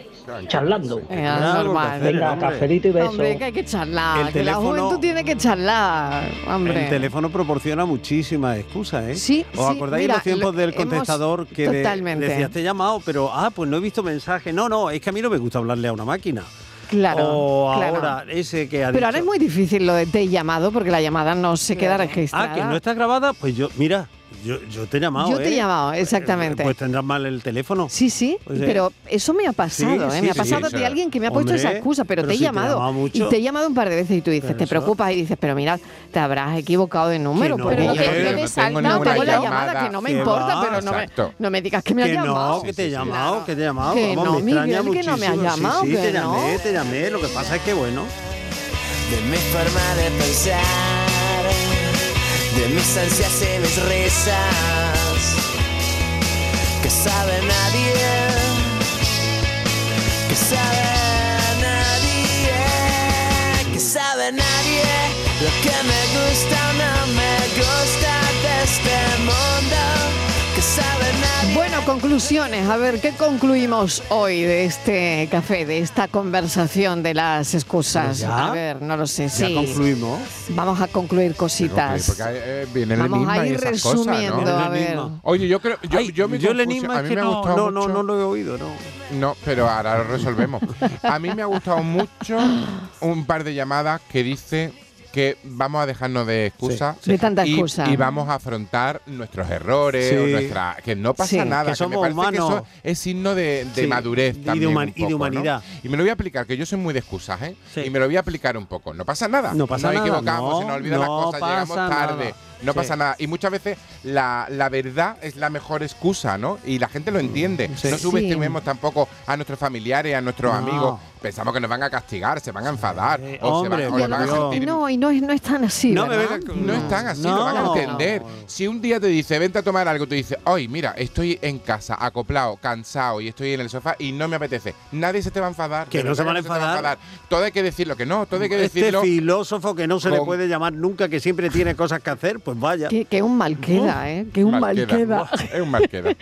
charlando.
Eh, Claro, normal. que hacer,
Venga,
hombre.
cafelito y beso.
Hombre, que hay que charlar.
El
que la
teléfono-
juventud tiene que charlar. Hombre.
El teléfono proporciona muchísimas excusas, ¿eh?
Sí,
¿Os
sí,
acordáis
mira,
los tiempos
lo-
del
hemos-
contestador que de-
totalmente.
decías, te he llamado, pero, ah, pues no he visto mensaje. No, no, es que a mí no me gusta hablarle a una máquina.
Claro.
O
claro.
ahora, ese que ha
Pero ahora
dicho,
es muy difícil lo de te he llamado porque la llamada no se queda registrada.
ah, que no está grabada, pues yo, mira, yo, yo te he llamado,
Yo te he
¿eh?
llamado, exactamente.
Pues tendrás mal el teléfono.
Sí, sí,
Pues, eh,
pero eso me ha pasado,
sí,
¿eh? me ha
sí,
pasado
sí,
de
sí.
alguien que me ha puesto
Hombre,
esa excusa, pero,
pero
te he
si te
llamado
llamaba mucho.
y te he llamado un par de veces y tú dices,
Pero
te
eso-
preocupas y dices, pero mira, te habrás equivocado de número,
Que no,
pues
Pero
mira,
no te-
yo-
no tengo
salta,
ninguna
tengo la
llamada.
llamada que no me
Que
importa,
va,
pero no me,
exacto.
no me digas que me has
que
llamado.
no, que te he llamado, que te he llamado.
Que
Vamos,
no,
me extraña
Miguel, que no me has
muchísimo. Sí,
llamado,
Sí,
que
te
no.
llamé, te llamé. Lo que pasa es que, bueno,
de mi forma de pensar, de mis ansias y mis risas, que sabe nadie, que sabe nadie, que sabe nadie lo que me gusta o no me gusta de este mundo, que sabe nadie.
Bueno, conclusiones. A ver, ¿qué concluimos hoy de este café, de esta conversación de las excusas?
Pero ya.
A ver, no lo sé.
Ya
sí.
concluimos.
Vamos a concluir
Ok,
cositas.
Porque eh, viene el
Vamos
enigma
a
y
ir
esas cosas, ¿no?
resumiendo, a ver.
Oye, yo creo. Yo, yo, me
yo el
confusio-
enigma
a
es
mí
que
me ha
no-
gustado
no, no,
mucho-
no lo he oído, no.
No, pero ahora lo
*laughs*
resolvemos. A mí me ha gustado mucho un par de llamadas que dice que vamos a dejarnos de excusas
sí. De tanta
y-
excusa.
y, vamos a afrontar nuestros errores
Sí.
o nuestra- que no pasa
Sí.
nada
Que somos
me parece que
humanos.
eso es signo de, de
Sí,
madurez
y de
también
human-
un
y de
poco, ¿no?
humanidad.
y me lo voy a aplicar que yo soy muy de excusas ¿eh? y me lo voy a aplicar un poco no pasa nada
No pasa
nos
nada,
equivocamos
no,
se nos olvidan
no
las cosas llegamos
pasa
tarde
nada.
no
Sí.
pasa nada y muchas veces la, la verdad es la mejor excusa no y la gente lo entiende
Sí.
no
Sí.
subestimemos tampoco a nuestros familiares a nuestros
No.
amigos pensamos que nos van a castigar se van a enfadar o
hombre,
se van, o nos
por
van a
Dios.
sentir
Y no, y no, es- no es tan así.
no, me
¿verdad?
venga- no están así, lo van a
No.
entender. Si un día te dice, vente a tomar algo, te dice, hoy, mira, estoy en casa, acoplado, cansado y estoy en el sofá y no me apetece. Nadie se te va a enfadar.
Que
de
no se
verdad
van a
que te Todo hay que decirlo, que no, todo hay que
Este
decirlo.
filósofo que no se le
con-
puede llamar nunca, que siempre tiene cosas que hacer, pues vaya.
Que, que un mal queda, ¿eh? Que un mal,
*laughs*
queda.
Es un mal queda.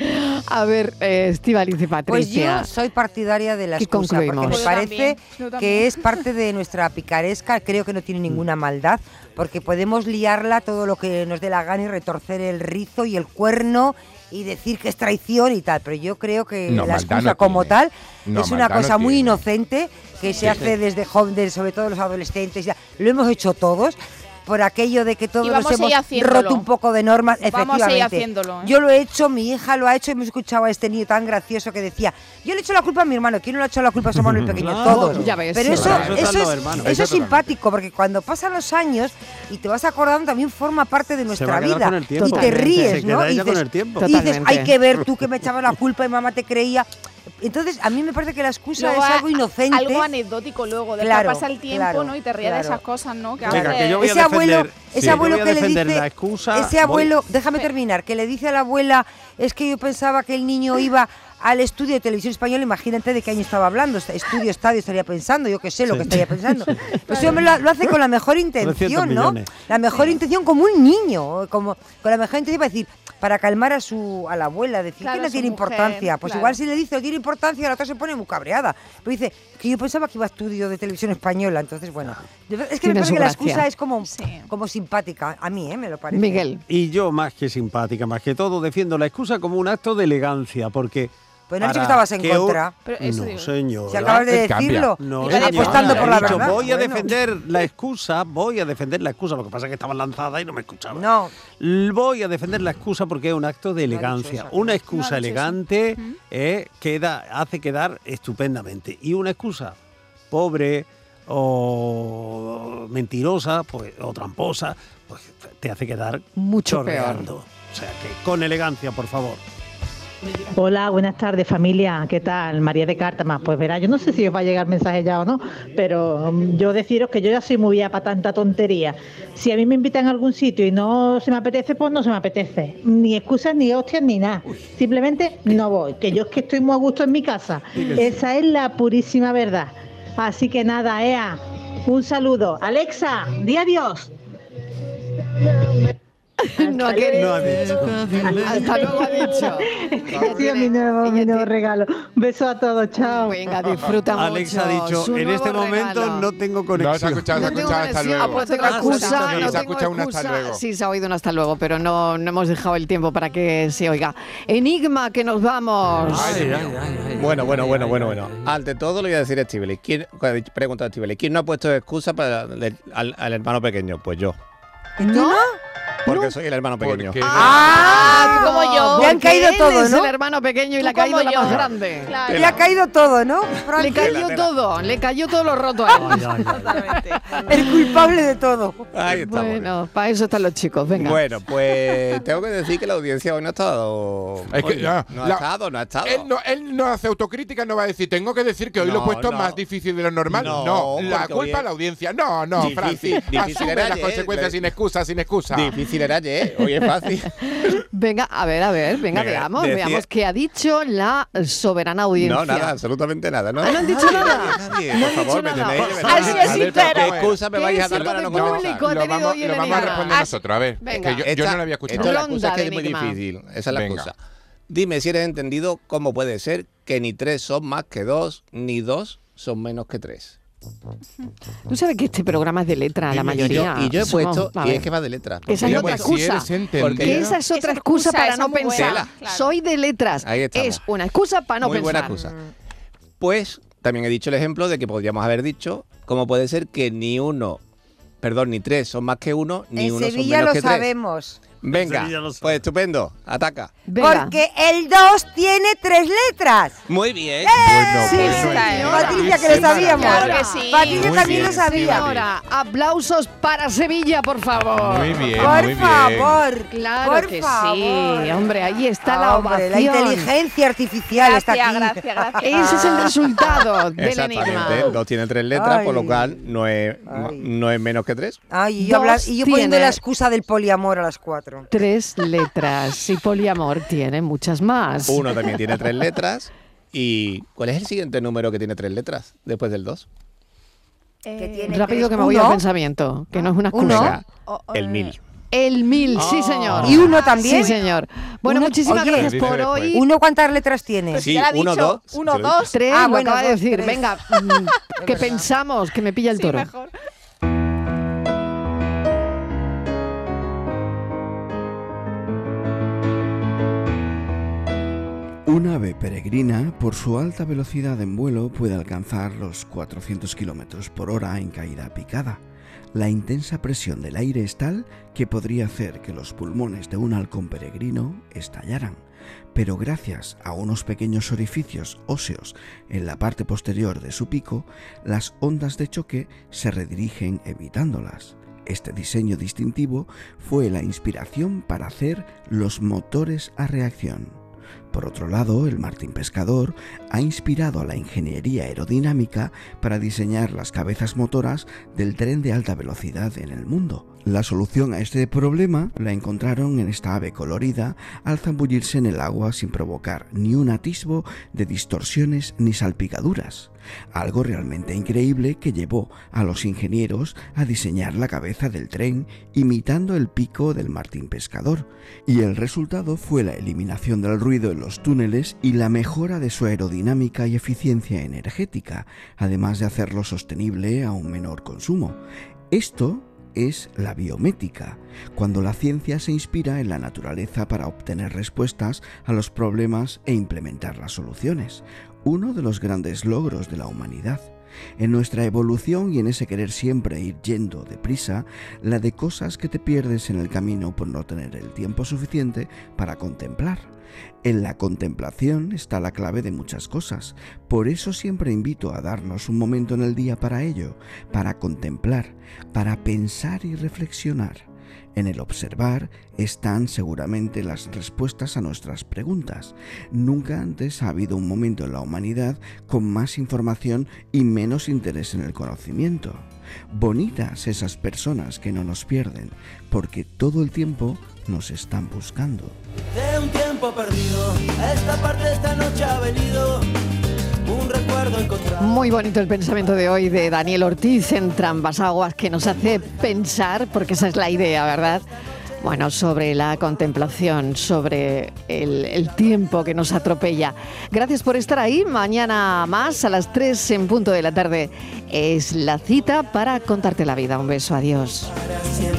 A ver, eh, Estíbaliz y
Pues
Patricia.
yo soy partidaria de la
¿Qué
excusa, porque
concluimos?
me
Yo
parece
también, yo también.
que es parte de nuestra picaresca, creo que no
Mm.
tiene ninguna maldad, porque podemos liarla todo lo que nos dé la gana y retorcer el rizo y el cuerno y decir que es traición y tal, pero yo creo que
No,
la
maldad
excusa
no
como
tiene.
tal
No,
es una
maldad no
cosa muy
tiene.
inocente que
Sí.
se hace
Sí.
desde jóvenes, sobre todo los adolescentes, y tal. lo hemos hecho todos. Por aquello de que todos nos
vamos a
hemos
ir haciéndolo.
roto un poco de normas,
Vamos a ir
efectivamente.
haciéndolo, ¿eh?
Yo lo he hecho, mi hija lo ha hecho y hemos escuchado a este niño tan gracioso que decía, yo le he hecho la culpa a mi hermano, ¿quién no le ha hecho la culpa a
*laughs*
su hermano el pequeño?
Claro,
Todos.
ya ves.
Pero eso,
Claro, eso
eso
están los
es,
hermanos.
eso es
Eso totalmente.
simpático, porque cuando pasan los años y te vas acordando también forma parte de
va
nuestra
a quedar
vida.
con el tiempo.
Y te
Totalmente.
ríes,
Se
¿no?
queda
Y
ella con
dices,
el tiempo.
y dices,
Totalmente.
hay que ver tú que me echabas la culpa y mamá te creía. Entonces, a mí me parece que la excusa
Luego
es
a-
algo inocente.
Algo anecdótico luego, después
Claro,
pasa el tiempo,
claro,
¿no? Y te ríes
claro.
de esas cosas, ¿no? Que
Venga,
haces-
que yo voy a
ese abuelo,
defender-
ese
sí, yo
abuelo
voy a
que le
defender
dice,
la excusa,
ese
voy-
*laughs*
abuelo, déjame terminar, que le dice a la abuela, es que yo pensaba que el niño iba al estudio de televisión española, imagínate de qué año estaba hablando, Est- estudio, estadio estaría pensando, yo qué sé lo
Sí.
que estaría pensando.
Sí.
Pues ese hombre lo, lo hace con la mejor intención, ¿no?
millones.
La mejor intención como un niño, como con la mejor intención para decir, para calmar a su a la abuela, decir
Claro,
que
a
no
su
tiene
mujer,
importancia. Pues
claro.
igual si le dice no tiene importancia, la otra se pone muy cabreada. Pero dice, que yo pensaba que iba a estudio de televisión española, entonces bueno. De verdad, Es que
Tiene
me parece
su
que la
gracia.
excusa es como, como simpática, a mí, ¿eh? Me lo parece.
Y yo, más que simpática, más que todo, defiendo la excusa como un acto de elegancia, porque.
Pues no has dicho
para
que estabas en
o-
contra. Pero eso
no,
digo.
señor.
Si acabas de decirlo,
No,
iba
señora,
apostando por la
he dicho,
verdad.
Voy a
Bueno.
defender la excusa, voy a defender la excusa. Lo que pasa es que estaba lanzada y no me escuchaba. No. Voy a defender la excusa porque es un acto de elegancia. Una excusa
No ha dicho eso.
elegante eh, queda, hace quedar estupendamente. Y una excusa pobre o mentirosa pues, o tramposa, pues te hace quedar
mucho
chorreando. O sea que con elegancia, por favor.
Hola, buenas tardes familia, ¿qué tal? María de Cártama, pues verá, yo no sé si os va a llegar mensaje ya o no, pero mm, yo deciros que yo ya soy muy vieja para tanta tontería. Si a mí me invitan a algún sitio y no se me apetece, pues no se me apetece. Ni excusas, ni hostias, ni nada. Simplemente no voy, que yo es que estoy muy a gusto en mi casa.
Dile sí.
Esa es la purísima verdad. Así que nada, Ea, un saludo. Alexa, di adiós.
*laughs* No ha querido. Hasta luego ha dicho.
Ha *laughs* sido mi nuevo, mi nuevo regalo. Beso a todos, chao.
Venga, disfruta
Alex ha dicho, en este momento no tengo conexión.
No, se ha escuchado, se ha escuchado, hasta
Sí,
luego.
ah, pues tengo
Sí,
excusa, no
se ha
tengo
escuchado un hasta
excusa.
luego.
Sí, se ha oído un hasta luego, pero no, no hemos dejado el tiempo para que se oiga. Enigma, que nos vamos.
Bueno, bueno, bueno, bueno, bueno. Ante todo le voy a decir a Estivali, ¿quién, cuando he preguntado a Estivali, ¿quién no ha puesto excusa para el- al, al hermano pequeño? Pues yo,
¿No?
porque soy el hermano pequeño.
Ah,
como yo.
Le han caído todo,
¿no?
El hermano pequeño y
Tú
le ha caído
como
la
yo.
más grande.
Le ha caído todo, ¿no?
Le cayó todo, le cayó todo lo roto a él.
El culpable de todo.
Ah,
Ahí está, muy
Bueno, para eso están los chicos, venga.
Bueno, pues tengo que decir que la audiencia hoy no ha estado.
Es que
hoy
ya,
no ha
la-
estado, no ha estado.
Él no, él no hace autocrítica, no va a decir, tengo que decir que hoy lo
No,
he puesto
no.
más difícil de lo normal.
No,
No, la
porque hoy
culpa
es-
a la audiencia. No, no,
Difícil,
Francis,
difícil
asume
era
las
ayer,
consecuencias
pero-
sin excusa, sin excusa.
Difícil era ayer, hoy es
*laughs*
fácil.
Venga, a ver, a ver, venga,
Venga,
veamos,
decía-
veamos qué ha dicho la soberana audiencia.
No, nada, absolutamente nada. No,
Ah, no han dicho
Nadie,
nada.
nadie,
No
por
han
favor,
dicho
me
nada.
tenéis.
Pues
me
así
tenéis-
es
a ver,
sincero.
¿Qué excusa me
¿Qué
vais a
éxito
dar para
de
no
público
contestar?
ha tenido hoy el
lo vamos a
enigma?
responder
Ah,
nosotros, a ver. Es
venga.
que yo, yo
Esta-
no lo había escuchado.
Esta es la
Ronda
excusa que
de
es muy
enigma.
difícil. Esa es la
Venga.
cosa. Dime si eres entendido cómo puede ser que ni tres son más que dos, ni dos son menos que tres.
Tú sabes que este programa es de letra, la
Y yo-
mayoría.
Y yo he
Somos-
puesto,
a
y
ver.
es que va de letra.
Esa es
Yo he
otra
puesto- Si
excusa.
eres entendido.
Que esa es otra excusa
excusa,
para
esa
no
es muy buena.
pensar.
Claro.
Soy de letras.
Ahí estamos.
Es una excusa para Ah, no
Muy buena
pensar.
excusa. Pues también he dicho el ejemplo de que podríamos haber dicho cómo puede ser que ni uno, perdón, ni tres son más que uno, ni
En
uno son
Sevilla
menos
lo
que tres.
sabemos.
Venga, pues estupendo, ataca.
Porque el 2 tiene tres letras.
Muy
¡Eh!
bien.
Sí,
bueno, pues
Patricia, que lo sabíamos.
Claro que sí.
Patricia
Muy
también
bien,
lo sabía.
Ahora, aplausos para Sevilla, por favor.
Muy bien, Por muy bien. favor,
Claro
por
que sí,
favor.
hombre, ahí está la
Ah, hombre,
ovación.
la inteligencia artificial está aquí. *laughs*
Ese es el resultado del
Exactamente,
enigma.
el dos tiene tres letras, por lo
Ay.
cual no es, no es menos que tres.
Ay, y yo,
Dos
habla- y yo poniendo
tiene-
la excusa del poliamor a las cuatro.
Tres letras y poliamor tiene muchas más.
Uno también tiene tres letras. ¿Y cuál es el siguiente número que tiene tres letras después del dos?
Rápido que me voy
uno.
al pensamiento, que no es
*laughs*
una excusa.
Venga,
eh,
el mil.
El mil,
Ah.
sí señor.
¿Y uno también?
Sí señor. Bueno,
Uno-
muchísimas
Oye,
gracias por hoy.
¿Uno cuántas letras tiene?
Sí, Ya la ha uno, dicho, dos, uno, se lo he dos. dicho.
Tres,
Ah,
lo
bueno,
acaba de
dos,
decir.
tres.
Venga, mm, que pensamos, que me pilla el toro.
Un ave peregrina, por su alta velocidad en vuelo, puede alcanzar los 400 km por hora en caída picada. La intensa presión del aire es tal que podría hacer que los pulmones de un halcón peregrino estallaran, pero gracias a unos pequeños orificios óseos en la parte posterior de su pico, las ondas de choque se redirigen evitándolas. Este diseño distintivo fue la inspiración para hacer los motores a reacción. Por otro lado, el Martín Pescador ha inspirado a la ingeniería aerodinámica para diseñar las cabezas motoras del tren de alta velocidad en el mundo. La solución a este problema la encontraron en esta ave colorida al zambullirse en el agua sin provocar ni un atisbo de distorsiones ni salpicaduras. Algo realmente increíble que llevó a los ingenieros a diseñar la cabeza del tren imitando el pico del martín pescador, y el resultado fue la eliminación del ruido en los túneles y la mejora de su aerodinámica y eficiencia energética, además de hacerlo sostenible a un menor consumo. Esto es la biomética, cuando la ciencia se inspira en la naturaleza para obtener respuestas a los problemas e implementar las soluciones, uno de los grandes logros de la humanidad. En nuestra evolución y en ese querer siempre ir yendo deprisa, la de cosas que te pierdes en el camino por no tener el tiempo suficiente para contemplar. En la contemplación está la clave de muchas cosas, por eso siempre invito a darnos un momento en el día para ello, para contemplar, para pensar y reflexionar. En el observar están seguramente las respuestas a nuestras preguntas. Nunca antes ha habido un momento en la humanidad con más información y menos interés en el conocimiento. Bonitas esas personas que no nos pierden, porque todo el tiempo nos están buscando.
de un tiempo perdido. A esta parte esta noche ha venido un recuerdo encontrado.
Muy bonito el pensamiento de hoy de Daniel Ortiz en Trampas Aguas, que nos hace pensar, porque esa es la idea, ¿verdad? Bueno, sobre la contemplación, sobre el, el tiempo que nos atropella. Gracias por estar ahí. Mañana más, a las 3 en punto de la tarde, es la cita para contarte la vida. Un beso, adiós.
Para siempre.